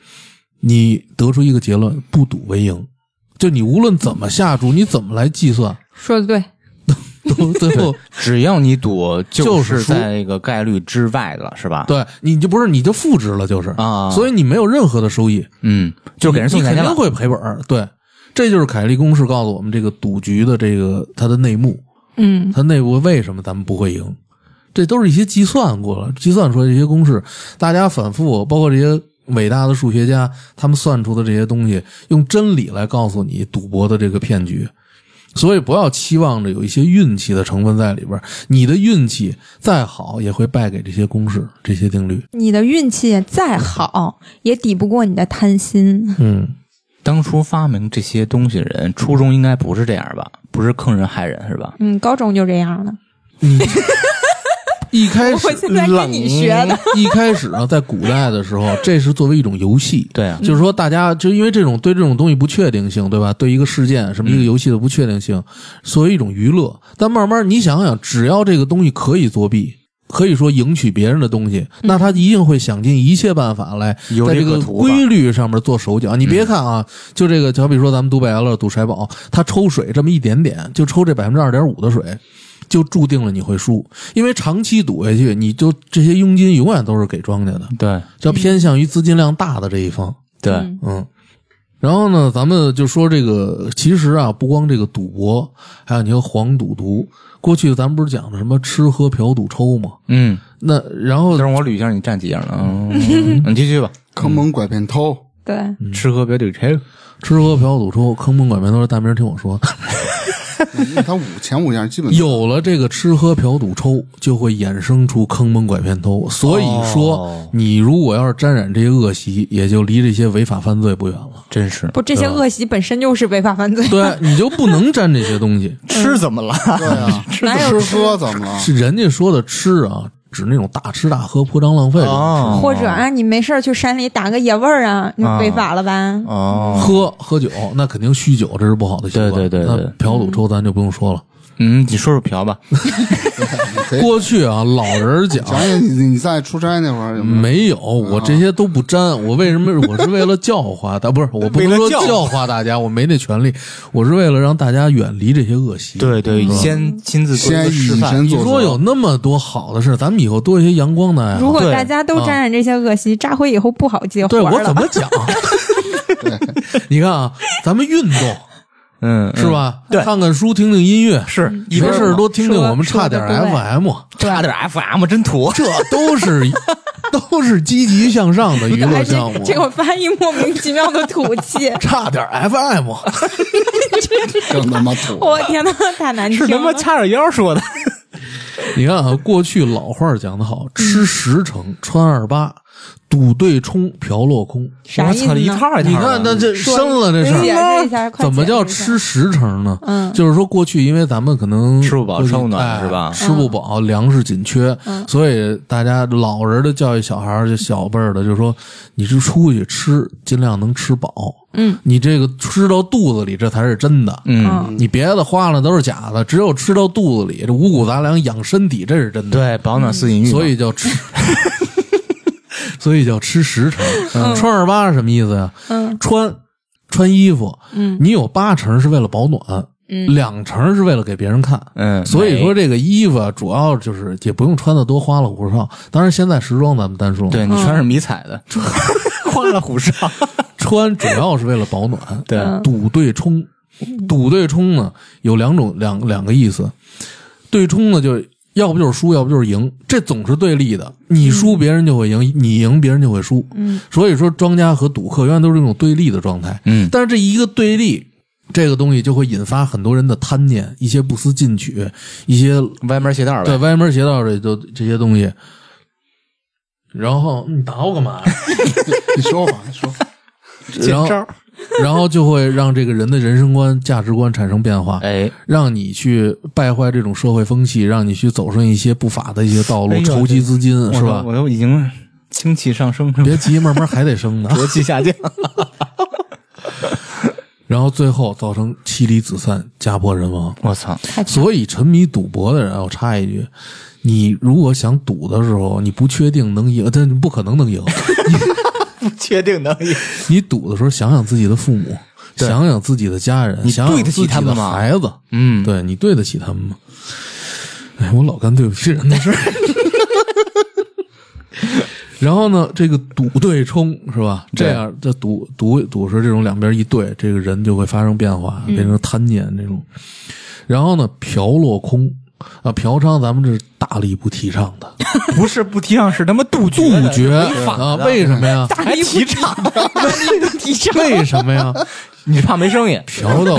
S2: 你得出一个结论：不赌为赢。就你无论怎么下注，你怎么来计算，
S5: 说的对，
S2: 都最 后
S1: 只要你赌，
S2: 就是
S1: 是
S2: 输
S1: 在那个概率之外了，是吧？，
S2: 对，你就不是你就负值了，就是
S1: 啊
S2: 所以你没有任何的收益，
S1: 嗯，就给人送
S2: 你
S1: 钱
S2: 肯
S1: 去
S2: 定
S1: 了。
S2: 会赔本儿。对，这就是凯利公式告诉我们这个赌局的这个它的内幕，
S5: 嗯，
S2: 它内部为什么咱们不会赢，这都是一些计算过了，计算出来这些公式，大家反复，包括这些伟大的数学家，他们算出的这些东西，用真理来告诉你赌博的这个骗局。所以不要期望着有一些运气的成分在里边儿，你的运气再好也会败给这些公式、这些定律。
S5: 你的运气也再好，也抵不过你的贪心。
S2: 嗯，
S1: 当初发明这些东西的人，初衷应该不是这样吧？不是坑人害人是吧？
S5: 嗯，高中就这样了。
S2: 你一开
S5: 我
S2: 始
S5: 现在跟你学的，
S2: 一开始呢，在古代的时候，这是作为一种游戏，
S1: 对啊
S2: 就是说大家就因为这种对这种东西不确定性，对吧？对一个事件什
S1: 嗯
S2: 么一个游戏的不确定性，作为一种娱乐。但慢慢你想想，只要这个东西可以作弊。可以说赢取别人的东西，那他一定会想尽一切办法来
S1: 有
S2: 在
S1: 利
S2: 这
S1: 可
S2: 个
S1: 图吧嗯
S2: 规律上面做手脚。你别看啊，就这个，好比说咱们赌百家乐、赌骰宝，他抽水这么一点点，就抽这百分之二点五的水，就注定了你会输，因为长期赌下去，你就这些佣金永远都是给庄家的，
S1: 对
S2: 要偏向于资金量大的这一方。
S1: 对，
S5: 嗯
S2: 嗯，然后呢，咱们就说这个，其实啊，不光这个赌博，还有你说黄赌毒，过去咱们不是讲的什么吃喝嫖赌抽吗？
S1: 嗯，
S2: 那然后
S1: 但是我捋一下，你站几样了？嗯，你继续吧。
S4: 坑蒙拐骗偷，
S5: 对，
S2: 嗯
S1: 吃喝别赌抽，
S2: 吃喝嫖赌抽，坑蒙拐骗都是大明儿听我说，
S4: 那他五前五样基本
S2: 有了这个吃喝嫖赌抽，就会衍生出坑蒙拐骗偷。所以说
S1: 哦，
S2: 你如果要是沾染这些恶习，也就离这些违法犯罪不远了。
S1: 真是
S5: 不，这些恶习本身就是违法犯罪。
S2: 对，你就不能沾这些东西。
S1: 吃怎么了？
S4: 对啊，吃
S5: 哪有
S4: 喝怎么 了？
S2: 是人家说的吃啊，指那种大吃大喝、铺张浪费这种吃。
S1: 哦
S5: 或者啊，你没事儿去山里打个野味儿啊，你违法了吧？
S1: 哦，
S2: 喝喝酒，那肯定酗酒，这是不好的习惯。
S1: 对对对对
S2: 那嫖赌抽咱就不用说了。
S1: 嗯，你说说嫖吧。
S2: 过去啊，老人儿讲
S4: 想想你你在出差那会儿有没有？
S2: 没有，我这些都不沾。我为什 么？我是为了教化大，不是我不能
S1: 为了
S2: 说
S1: 教化
S2: 教化大家，我没那权利。我是为了让大家远离这些恶习。，
S1: 对对，先亲自做一个
S4: 先以
S1: 示范。
S4: 身
S2: 你
S4: 作则。
S2: 说有那么多好的事，咱们以后多一些阳光的爱
S5: 如
S2: 好。
S5: 果
S1: 对
S5: 大家都沾染这些恶习，扎辉以后不好接活
S2: 对
S5: 儿
S2: 我怎
S5: 了。
S2: 么 讲？你看啊，咱们运动
S1: 嗯，
S2: 是吧？
S1: 对
S2: 看看书，听听音乐，
S1: 是一
S2: 没
S1: 边
S2: 事儿多听听
S5: 说
S2: 我们差点
S5: 说得对
S2: FM，
S1: 差点 FM 真土。
S2: 这都 是都是积极向上的娱乐
S5: 哎，这
S2: 项目。，
S5: 这个发音莫名其妙的土气
S2: 差点 FM，
S4: 更他妈土。
S5: 我天呐，太难听
S1: 是他妈
S5: 了！
S1: 掐着腰说的，
S5: 嗯
S2: 你看啊，过去老话讲得好，吃十成穿二八，赌对冲，嫖落空。
S5: 啥
S7: 我
S5: 意
S7: 操，
S5: 思
S7: 一
S5: 呢？
S7: 套儿一套儿的。
S2: 你看，那这
S5: 嗯说
S2: 深了这事
S5: 解
S2: 儿，
S5: 释一下，快
S2: 怎么
S5: 解释
S2: 叫
S5: 一下
S2: 吃十成呢？
S5: 嗯
S2: 就是说，过去因为咱们可能
S7: 吃不饱
S2: 过去
S7: 穿不暖
S2: 哎
S7: 是吧
S2: 吃不饱，粮食紧缺，
S5: 嗯
S2: 所以大家老人的教育小孩儿，就小辈儿的，就是说，你是出去吃，尽量能吃饱。
S5: 嗯，
S2: 你这个吃到肚子里，这才是真的。
S7: 嗯，
S5: 嗯，
S2: 你别的花了都是假的，只有吃到肚子里，这五谷杂粮养身体，这是真的。
S7: 对，保暖思淫欲嘛。
S2: 所以叫吃， 所以叫吃十成。穿二八是什么意思呀？
S5: 嗯
S2: 穿穿衣服，
S5: 嗯
S2: 你有八成是为了保暖，
S5: 嗯哎
S2: 两成是为了给别人看。
S7: 嗯，
S2: 所
S1: 哎
S2: 以说
S7: 美
S2: 这个衣服啊主要就是也不用穿的多花里胡哨。当然现在时装咱们单说，
S7: 对你穿是迷彩的，花里胡哨。
S2: 穿主要是为了保暖。
S7: 对，
S2: 赌对冲，赌对冲呢有两种两两个意思，对冲呢就要不就是输，要不就是赢，这总是对立的。你输
S7: 嗯
S2: 别人就会赢，你赢别人就会输。
S5: 嗯，
S2: 所以说庄家和赌客永远都是这种对立的状态。
S7: 嗯
S2: 但是这一个对立。这个东西就会引发很多人的贪念，一些不思进取，一些
S7: 歪门邪道
S2: 对
S7: 呗。
S2: 歪门邪道的都这些东西。然后你打我干嘛呀？
S4: 你说吧，你 说吧。
S2: 然后， 然后就会让这个人的人生观、价值观产生变化，
S7: 哎，
S2: 让你去败坏这种社会风气，让你去走上一些不法的一些道路，
S7: 哎呦
S2: 筹集资金，
S7: 我
S2: 是
S7: 都
S2: 吧？
S7: 我都已经清气上升，
S2: 别急，慢慢还得升 呢。
S7: 浊气下降。
S2: 然后最后造成妻离子散、家破人亡。
S7: 我操，
S2: 所以，沉迷赌博的人，我插一句，你如果想赌的时候，你不确定能赢，但你不可能能赢。
S7: 不确定能 力。
S2: 你赌的时候，想想自己的父母，想想自己的家人，
S7: 你
S2: 想想
S7: 对得起
S2: 自己
S7: 他
S2: 的
S7: 们吗
S2: 孩子，
S7: 嗯，
S2: 对你对得起他们吗？哎，我老干对不起人的事儿。 然后呢，这个赌对冲是吧？
S7: 对
S2: 这样这赌赌赌是这种两边一对，这个人就会发生变化，变
S7: 嗯
S2: 成贪念这种。然后呢，嫖落空啊，嫖娼咱们这是大力不提倡 的，
S7: 不是不提倡，是他妈杜绝的
S2: 杜绝
S7: 违法的
S2: 啊？为什 么呀？
S7: 还提倡？
S2: 为什么呀？
S7: 你是怕没生意
S2: 嫖到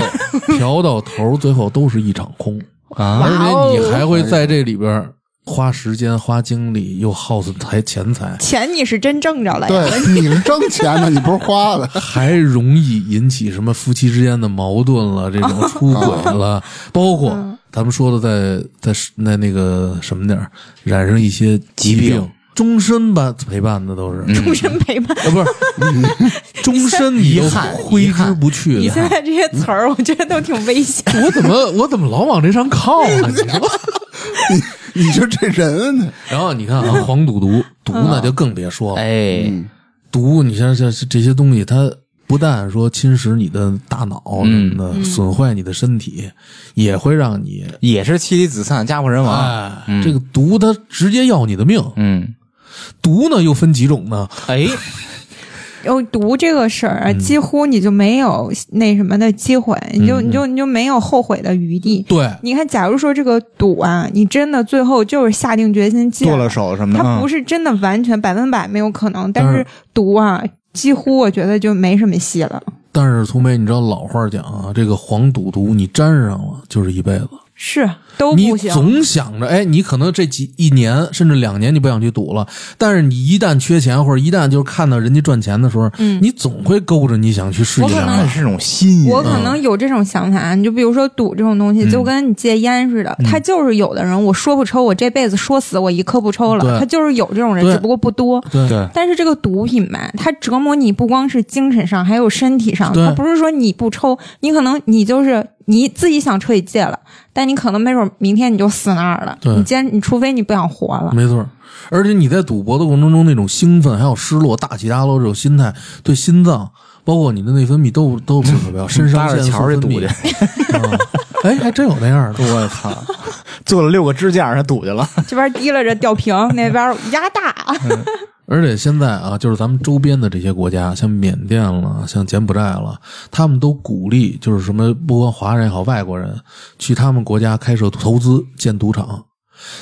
S2: 嫖到头儿，最后都是一场空。
S7: 啊？
S2: 而且你还会在这里边儿花时间、花精力，又耗损财钱财，
S5: 钱你是真挣着了哎呀，
S4: 对，你是挣钱的，你不是花 的。
S2: 还容易引起什么夫妻之间的矛盾了，这种出轨 了，包括
S7: 嗯
S2: 咱们说的在在那那个什么点儿染上一些疾
S7: 疾病嗯
S2: 终身伴陪伴的都是，
S5: 终身陪伴。
S2: 啊不是，终身你都
S7: 遗憾
S2: 挥
S7: 遗
S2: 之
S7: 憾
S2: 不去
S5: 你
S2: 的
S5: 现。在这些词儿，我觉得都挺危险。
S2: 我怎么我怎么老往这上靠啊？你说。
S4: 你说这人呢？
S2: 然后你看啊，黄赌毒，毒那就更别说 了。
S1: 嗯
S7: 哎，
S2: 毒，你像这这些东西，它不但说侵蚀你的大脑什么的，损坏你的身体，也会让你
S7: 也是妻离子散，家破人亡。
S2: 哎，这个毒它直接要你的命。
S7: 嗯，
S2: 毒呢又分几种呢？
S7: 哎，
S5: 然后读这个事儿啊，几乎你就没有那什么的机会，你就你就你就没有后悔的余地。
S2: 对，
S5: 你看，假如说这个赌啊，你真的最后就是下定决心戒
S7: 剁了手什么的，嗯
S5: 它不
S7: 是
S5: 是真的完全百分百没有可能，但
S2: 但是
S5: 是毒啊，几乎我觉得就没什么戏了。
S2: 但是聪梅，你知道老话讲啊，这个黄赌毒你沾上了就是一辈子。
S5: 是都
S2: 你
S5: 不行，
S2: 总想着，哎，你可能这几一年甚至两年你不想去赌了，但是你一旦缺钱或者一旦就是看到人家赚钱的时候，
S5: 嗯
S2: 你总会勾着你想去试一
S7: 我
S2: 试
S7: 可。能是种
S2: 嗯
S7: 心
S5: 我可能有这种想法，你就比如说赌这种东西，就跟你戒烟似
S2: 嗯
S5: 的，他就是有的人，我说不抽，我这辈子说死我一刻不抽
S2: 对
S5: 了，他就是有这种人，
S2: 对
S5: 只不过不多。
S2: 对
S7: 对
S5: 但是这个毒品吧，它折磨你不光是精神上，还有身体上。
S2: 对
S5: 它不是说你不抽，你可能你就是你自己想彻底戒了，但你可能没准明天你就死那儿了。
S2: 对
S5: 你今天你除非你不想活了。
S2: 没错，而且你在赌博的过程中，那种兴奋还有失落、大起大落这种心态，对心脏，包括你的内分泌都都不是 特别好，肾上
S7: 搭着
S2: 腺素
S7: 桥儿
S2: 分
S7: 去赌
S2: 泌
S7: 去。
S2: 啊哎，还真有那样 的。
S7: 我操，做了六个支架让他赌 去了。
S5: 这边提了着 吊瓶，那边压大。
S2: 嗯而且现在啊，就是咱们周边的这些国家，像缅甸了，像柬埔寨了，他们都鼓励，就是什么，不管华人也好，外国人去他们国家开设投资建赌场。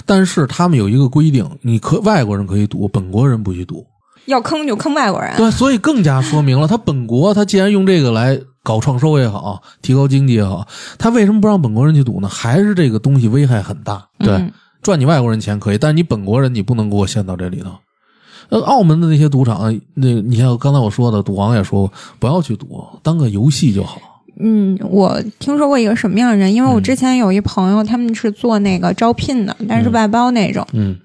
S2: 但是他们有一个规定，你可外国人可以赌，本国人不许赌。
S5: 要坑就坑外国人。
S2: 对，所以更加说明了，他本国他既然用这个来搞创收也好，提高经济也好，他为什么不让本国人去赌呢？还是这个东西危害很大。
S5: 嗯
S2: 赚你外国人钱可以，但是你本国人你不能给我陷到这里头。呃，澳门的那些赌场，那个你像刚才我说的，赌王也说过，不要去赌，当个游戏就好。
S5: 嗯，我听说过一个什么样的人，
S2: 嗯
S5: 因为我之前有一朋友，他们是做那个招聘的，但是外包那种，
S2: 嗯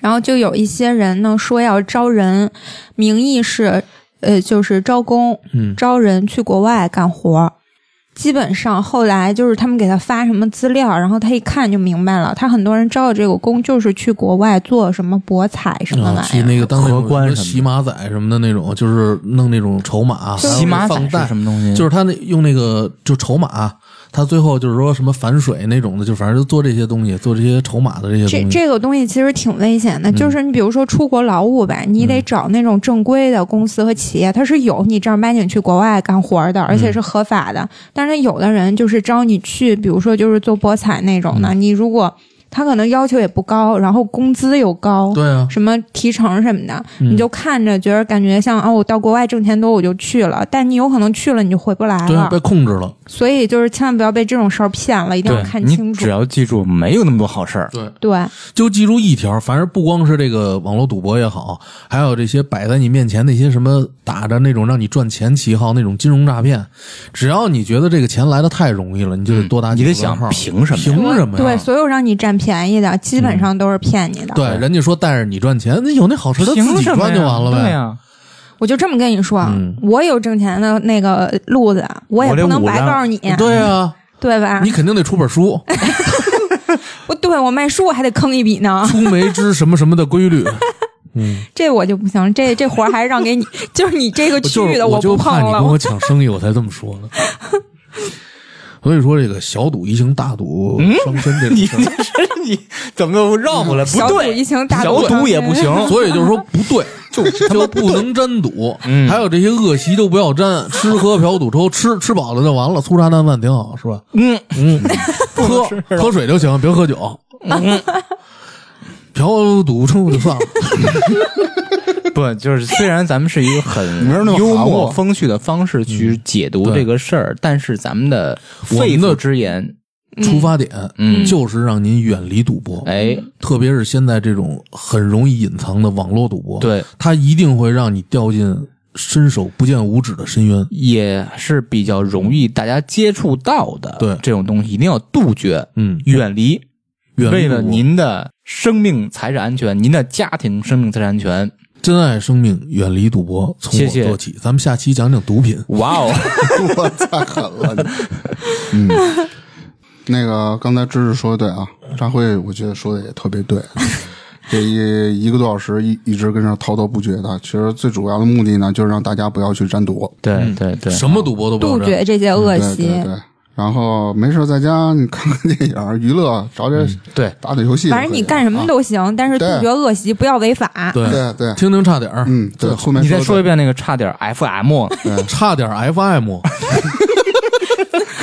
S5: 然后就有一些人呢说要招人，名义是呃就是招工，
S2: 嗯
S5: 招人去国外干活儿。基本上后来就是他们给他发什么资料，然后他一看就明白了，他很多人招的这个工就是去国外做什么博彩什么玩意
S2: 啊，
S5: 儿。
S2: 去那个当那
S7: 荷
S2: 种
S7: 官
S2: 什么
S7: 什么的
S2: 洗马仔什么的那种，就是弄那种筹码，还有
S7: 骑马
S2: 放
S7: 仔
S2: 贷
S7: 是什么东西？
S2: 就是他那用那个就筹码，他最后就是说什么反水那种的，就反正就做这些东西，做这些筹码的这些
S5: 这
S2: 东西。
S5: 这个东西其实挺危险
S2: 嗯
S5: 的，就是你比如说出国劳务吧，你得找那种正规的公司和企业，它是有你正儿八经去国外干活的，而
S2: 嗯
S5: 且是合法的。但是有的人就是招你去，比如说就是做博彩那种
S2: 嗯
S5: 的，你如果他可能要求也不高，然后工资又高。
S2: 对啊，嗯
S5: 什么提成什么的，你就看着觉得感觉像哦，我到国外挣钱多，我就去了。但你有可能去了你就回不来
S2: 对啊，
S5: 了
S2: 被，控制了。
S5: 所以就是千万不要被这种事儿骗了，一定要看清
S7: 你
S5: 楚
S7: 只。要记住，没有那么多好事儿。
S2: 对，
S5: 对，
S2: 就记住一条，反正不光是这个网络赌博也好，还有这些摆在你面前那些什么打着那种让你赚钱旗号那种金融诈骗，只要你觉得这个钱来的太容易了，你就得多
S7: 嗯
S2: 打
S7: 啊你
S2: 几个
S7: 得
S2: 问
S7: 想
S2: 号。
S7: 凭什么呀？
S2: 凭什么呀？
S5: 对，所有让你占便宜的，基本上都是骗你的。
S2: 嗯对，人家说带着你赚钱，那有那好事他自
S7: 凭
S2: 己
S7: 什么
S2: 赚
S7: 呀
S2: 就完了呗。
S7: 对呀，
S5: 我就这么跟你说，
S2: 嗯
S5: 我有挣钱的那个路子，我也
S7: 我得
S5: 不能
S7: 捂
S5: 白
S7: 着
S5: 告诉你，
S2: 对啊，
S5: 对吧
S2: 你？肯定得出本书，
S5: 我对我卖书我还得坑一笔呢，
S2: 《出梅之什么什么的规律》。
S5: 这我就不行，这这活儿还是让给你，就是你这个
S2: 我
S5: 区
S2: 就
S5: 域
S2: 是
S5: 的
S2: 我就
S5: 不
S2: 怕你
S5: 碰
S2: 跟
S5: 了。
S2: 我抢生意，我才这么说呢。所以说，这个小赌怡情，大赌伤身这种
S7: 你
S2: 事儿，
S7: 这是 你怎么又绕回来？不
S5: 小赌
S7: 对，
S5: 怡情，大
S7: 小赌也不行。
S2: 所以就是说不对，就就不能沾赌。
S7: 嗯
S2: 还有这些恶习都不要沾，吃喝嫖赌抽，吃吃饱了就完了，粗茶淡饭挺好，是吧？
S7: 嗯
S2: 嗯，喝喝水就行，别喝酒。嫖赌抽就算了，
S7: 不，就是虽然咱们是一个 很
S4: 没人那么
S7: 幽
S4: 含
S7: 默
S4: 糊
S7: 风趣的方式去解读
S2: 对
S7: 这个事儿，但是咱嗯们的
S2: 我
S7: 肺
S2: 们的
S7: 腑之言，
S2: 出发点
S7: 嗯
S2: 就是让您远离赌博。
S7: 哎，
S2: 特别是现在这种很容易隐藏的网络赌博，
S7: 对，
S2: 它一定会让你掉进伸手不见五指的深渊。
S7: 也是比较容易大家接触到的。
S2: 对
S7: 这种东西一定要杜绝，
S2: 嗯，
S7: 远离。
S2: 远离
S7: 为了
S2: 赌博
S7: 您的生命财产安全，您的家庭生命财产安全。
S2: 珍爱生命，远离赌博，从
S7: 谢
S2: 我
S7: 谢
S2: 做起。咱们下期讲讲毒品。
S7: 哇 哦，
S4: 我太狠了。你嗯，那个刚才知识说的对啊，扎辉我觉得说的也特别对。这一一个多小时一一直跟上滔滔不绝的，其实最主要的目的呢，就是让大家不要去沾赌。
S7: 对对对，
S2: 什么赌博都不要
S5: 杜
S2: 沾
S5: 绝这些恶
S4: 嗯对
S5: 习。
S4: 对对，然后没事在家你看看电影娱乐，找点
S7: 嗯对
S4: 打打游戏就可以了。
S5: 反正你干什么
S4: 啊
S5: 都行，但是杜
S4: 对
S5: 绝恶习，不要违法。
S4: 对对
S2: 听听差点儿，
S4: 嗯，对，后面
S7: 你再
S4: 得
S7: 说一
S4: 对
S7: 遍那个差点 FM，
S2: 差点儿 FM。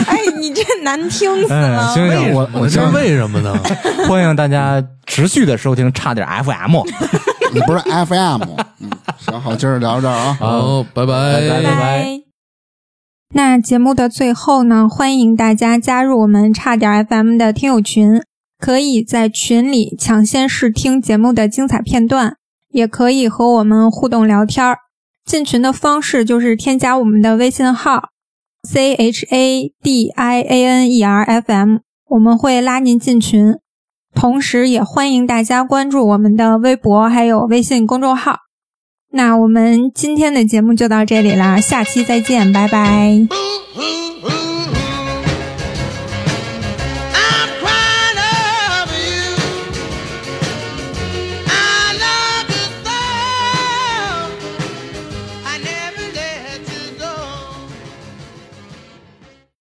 S5: 哎，你这难听死
S7: 哎
S5: 了。，
S7: 行行，我
S2: 我
S7: 我
S2: 这
S7: 先
S2: 为什么 呢？
S7: 欢迎大家持续的收听差点 FM。
S4: 你不是 FM，嗯，行，好，今儿聊到这儿啊。
S2: 好，拜拜
S7: 拜拜拜。
S5: 那节目的最后呢，欢迎大家加入我们差点 FM 的听友群，可以在群里抢先试听节目的精彩片段，也可以和我们互动聊天儿。进群的方式就是添加我们的微信号 c h a d i a n e r f m，我们会拉您进群。同时，也欢迎大家关注我们的微博还有微信公众号。那我们今天的节目就到这里啦，下期再见，拜拜。
S3: Boo hoo.